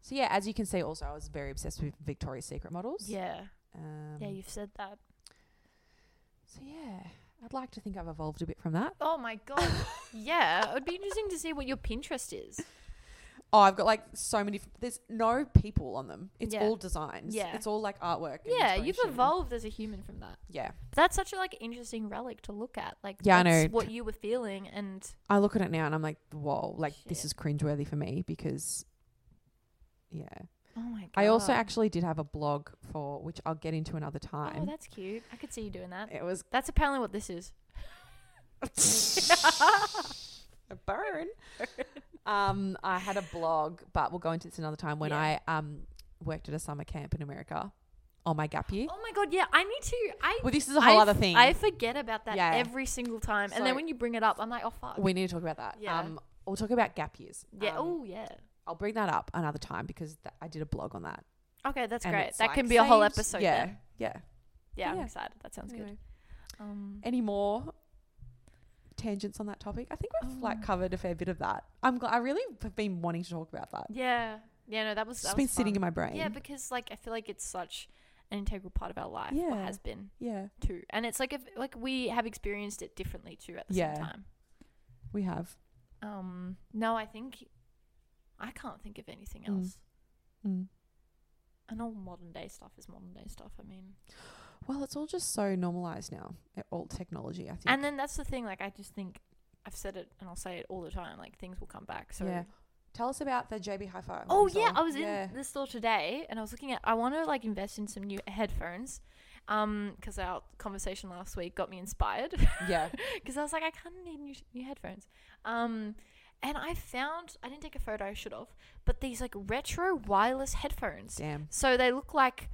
C: So yeah, as you can see, also I was very obsessed with Victoria's Secret models.
B: Yeah.
C: Um,
B: Yeah, you've said that.
C: so yeah, I'd like to think I've evolved a bit from that.
B: Oh my god. yeah, it would be interesting to see what your Pinterest is.
C: Oh, I've got like so many. F- there's no people on them. It's
B: Yeah.
C: all designs.
B: Yeah.
C: It's all like artwork. and
B: Yeah, you've
C: inspiration.
B: evolved as a human from that.
C: Yeah.
B: That's such a like interesting relic to look at. Like
C: Yeah, I
B: that's
C: know.
B: what you were feeling and
C: I look at it now and I'm like, whoa, like this
B: Shit.
C: is cringeworthy for me because. Yeah.
B: oh my god.
C: I also actually did have a blog for which I'll get into another time.
B: Oh, that's cute. I could see you doing that.
C: it was
B: That's apparently what this is.
C: a burn. Um, I had a blog, but we'll go into this another time. When
B: Yeah.
C: I um worked at a summer camp in America on my gap year.
B: Oh my god, yeah, I need to I
C: Well, this is a whole
B: I
C: other
B: f-
C: thing.
B: I forget about that
C: Yeah.
B: every single time. and then
C: So-
B: when you bring it up, I'm like, oh fuck.
C: we need to talk about that.
B: Yeah.
C: Um, we'll talk about gap years.
B: yeah.
C: Um,
B: oh yeah.
C: I'll bring that up another time because th- I did a blog on that.
B: Okay, that's
C: and
B: great.
C: it's
B: That
C: like
B: can be a whole
C: saved-
B: episode.
C: Yeah,
B: Yeah.
C: yeah.
B: Yeah, I'm
C: Yeah.
B: excited. That sounds
C: Anyway,
B: good. Um,
C: Any more tangents on that topic? I think
B: Um.
C: we've like covered a fair bit of that. I'm glad. I really have been wanting to talk about that.
B: yeah. Yeah. No, that was.
C: It's
B: that
C: just
B: was
C: been sitting in
B: fun.
C: my brain.
B: Yeah, because like I feel like it's such an integral part of our life. Or
C: Yeah.
B: has been
C: yeah.
B: too, and it's like if like we have experienced it differently too at the
C: Yeah.
B: same time.
C: We have.
B: Um. No, I think I can't think of anything
C: Mm.
B: else.
C: Mm.
B: And all modern day stuff is modern day stuff. I mean,
C: Well, it's all just so normalized now. eh, All technology, I think.
B: And then that's the thing. Like, I just think I've said it and I'll say it all the time. Like, things will come back. So,
C: Yeah. tell us about the JB Hi-Fi.
B: oh
C: model.
B: yeah, I was
C: Yeah.
B: in the store today and I was looking at. I want to like invest in some new headphones, um, because our conversation last week got me inspired.
C: yeah.
B: Because I was like, I kind of need new, new headphones. Um, and I found I didn't take a photo. I should have. But these like retro wireless headphones.
C: Damn.
B: So they look like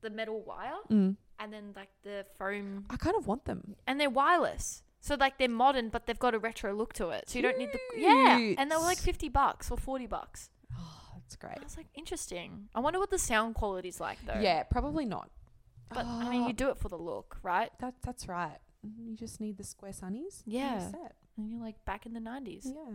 B: the metal wire
C: Mm.
B: and then like the foam
C: I kind of want them.
B: and they're wireless. So like they're modern, but they've got a retro look to it. So you don't need the yeah. And they were like
C: Cute.
B: fifty bucks or forty bucks.
C: Oh, that's great.
B: I was like, interesting. I wonder what the sound quality's like though.
C: Yeah, probably not.
B: But I mean, you
C: Ah,
B: do it for the look, right?
C: That that's right. Mm, You just need the square sunnies. and you're
B: Yeah.
C: set.
B: And you're like back in the nineties.
C: Yeah.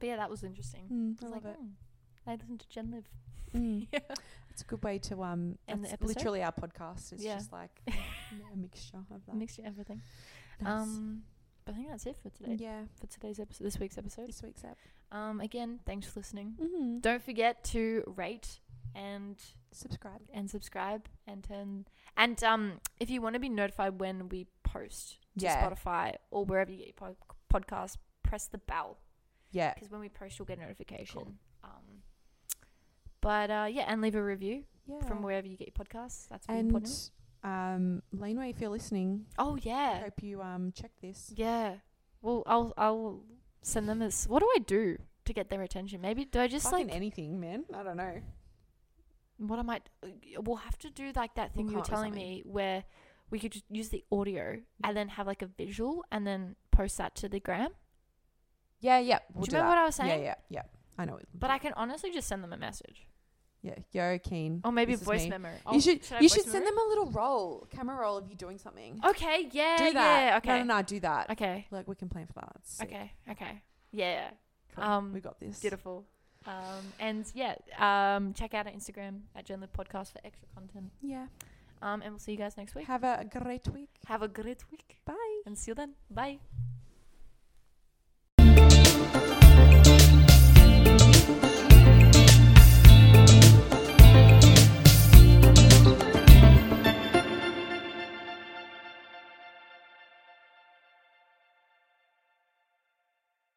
B: But yeah, that was interesting.
C: Mm,
B: I
C: I
B: was
C: love
B: like,
C: it.
B: hmm, I listened to Gen Live.
C: Mm.
B: Yeah.
C: It's a good way to um.
B: End the
C: That's
B: episode?
C: literally our podcast. It's
B: Yeah.
C: just like a mixture of that.
B: Mixed everything.
C: Nice.
B: Um but I think that's it for today.
C: yeah.
B: For today's episode this week's episode.
C: This week's app.
B: Um again, thanks for listening.
C: Mm-hmm.
B: Don't forget to rate and
C: Subscribe.
B: and subscribe and turn and um if you want to be notified when we post to
C: Yeah.
B: Spotify or wherever you get your pod- podcast, press the bell
C: Yeah.
B: because when we post, you'll get a notification. Um, but uh, yeah, and leave a review
C: Yeah.
B: from wherever you get your podcasts. That's really
C: and
B: important.
C: um, Laneway, if you're listening,
B: Oh
C: I
B: yeah,
C: hope you um check this.
B: yeah. Well, I'll I'll send them this. What do I do to get their attention? Maybe do I just
C: Fucking
B: like
C: anything, man. I don't know.
B: what I might we'll have to do like that thing you were
C: can't do
B: telling
C: something.
B: me where we could just use the audio and then have like a visual and then post that to the gram.
C: Yeah, yeah.
B: do you remember what I was saying?
C: Yeah, yeah, yeah. I know. It,
B: But I can honestly just send them a message.
C: yeah, yo, Keen.
B: Or maybe
C: this
B: a
C: is
B: voice
C: me.
B: memo.
C: you should,
B: Oh, I
C: you
B: voice
C: should
B: memo
C: send them a little roll, camera roll of you doing something.
B: it? Okay, yeah,
C: do that.
B: yeah, okay.
C: No, no, no, do that.
B: Okay,
C: Like we can plan for that. It's sick.
B: okay, okay. Yeah,
C: Cool.
B: Um,
C: we got this.
B: beautiful. Um, and yeah, um, check out our Instagram at Gen Live Podcast for extra content.
C: Yeah.
B: Um, and we'll see you guys next week.
C: Have a great week.
B: Have a great week
C: Bye.
B: and see you then. Bye.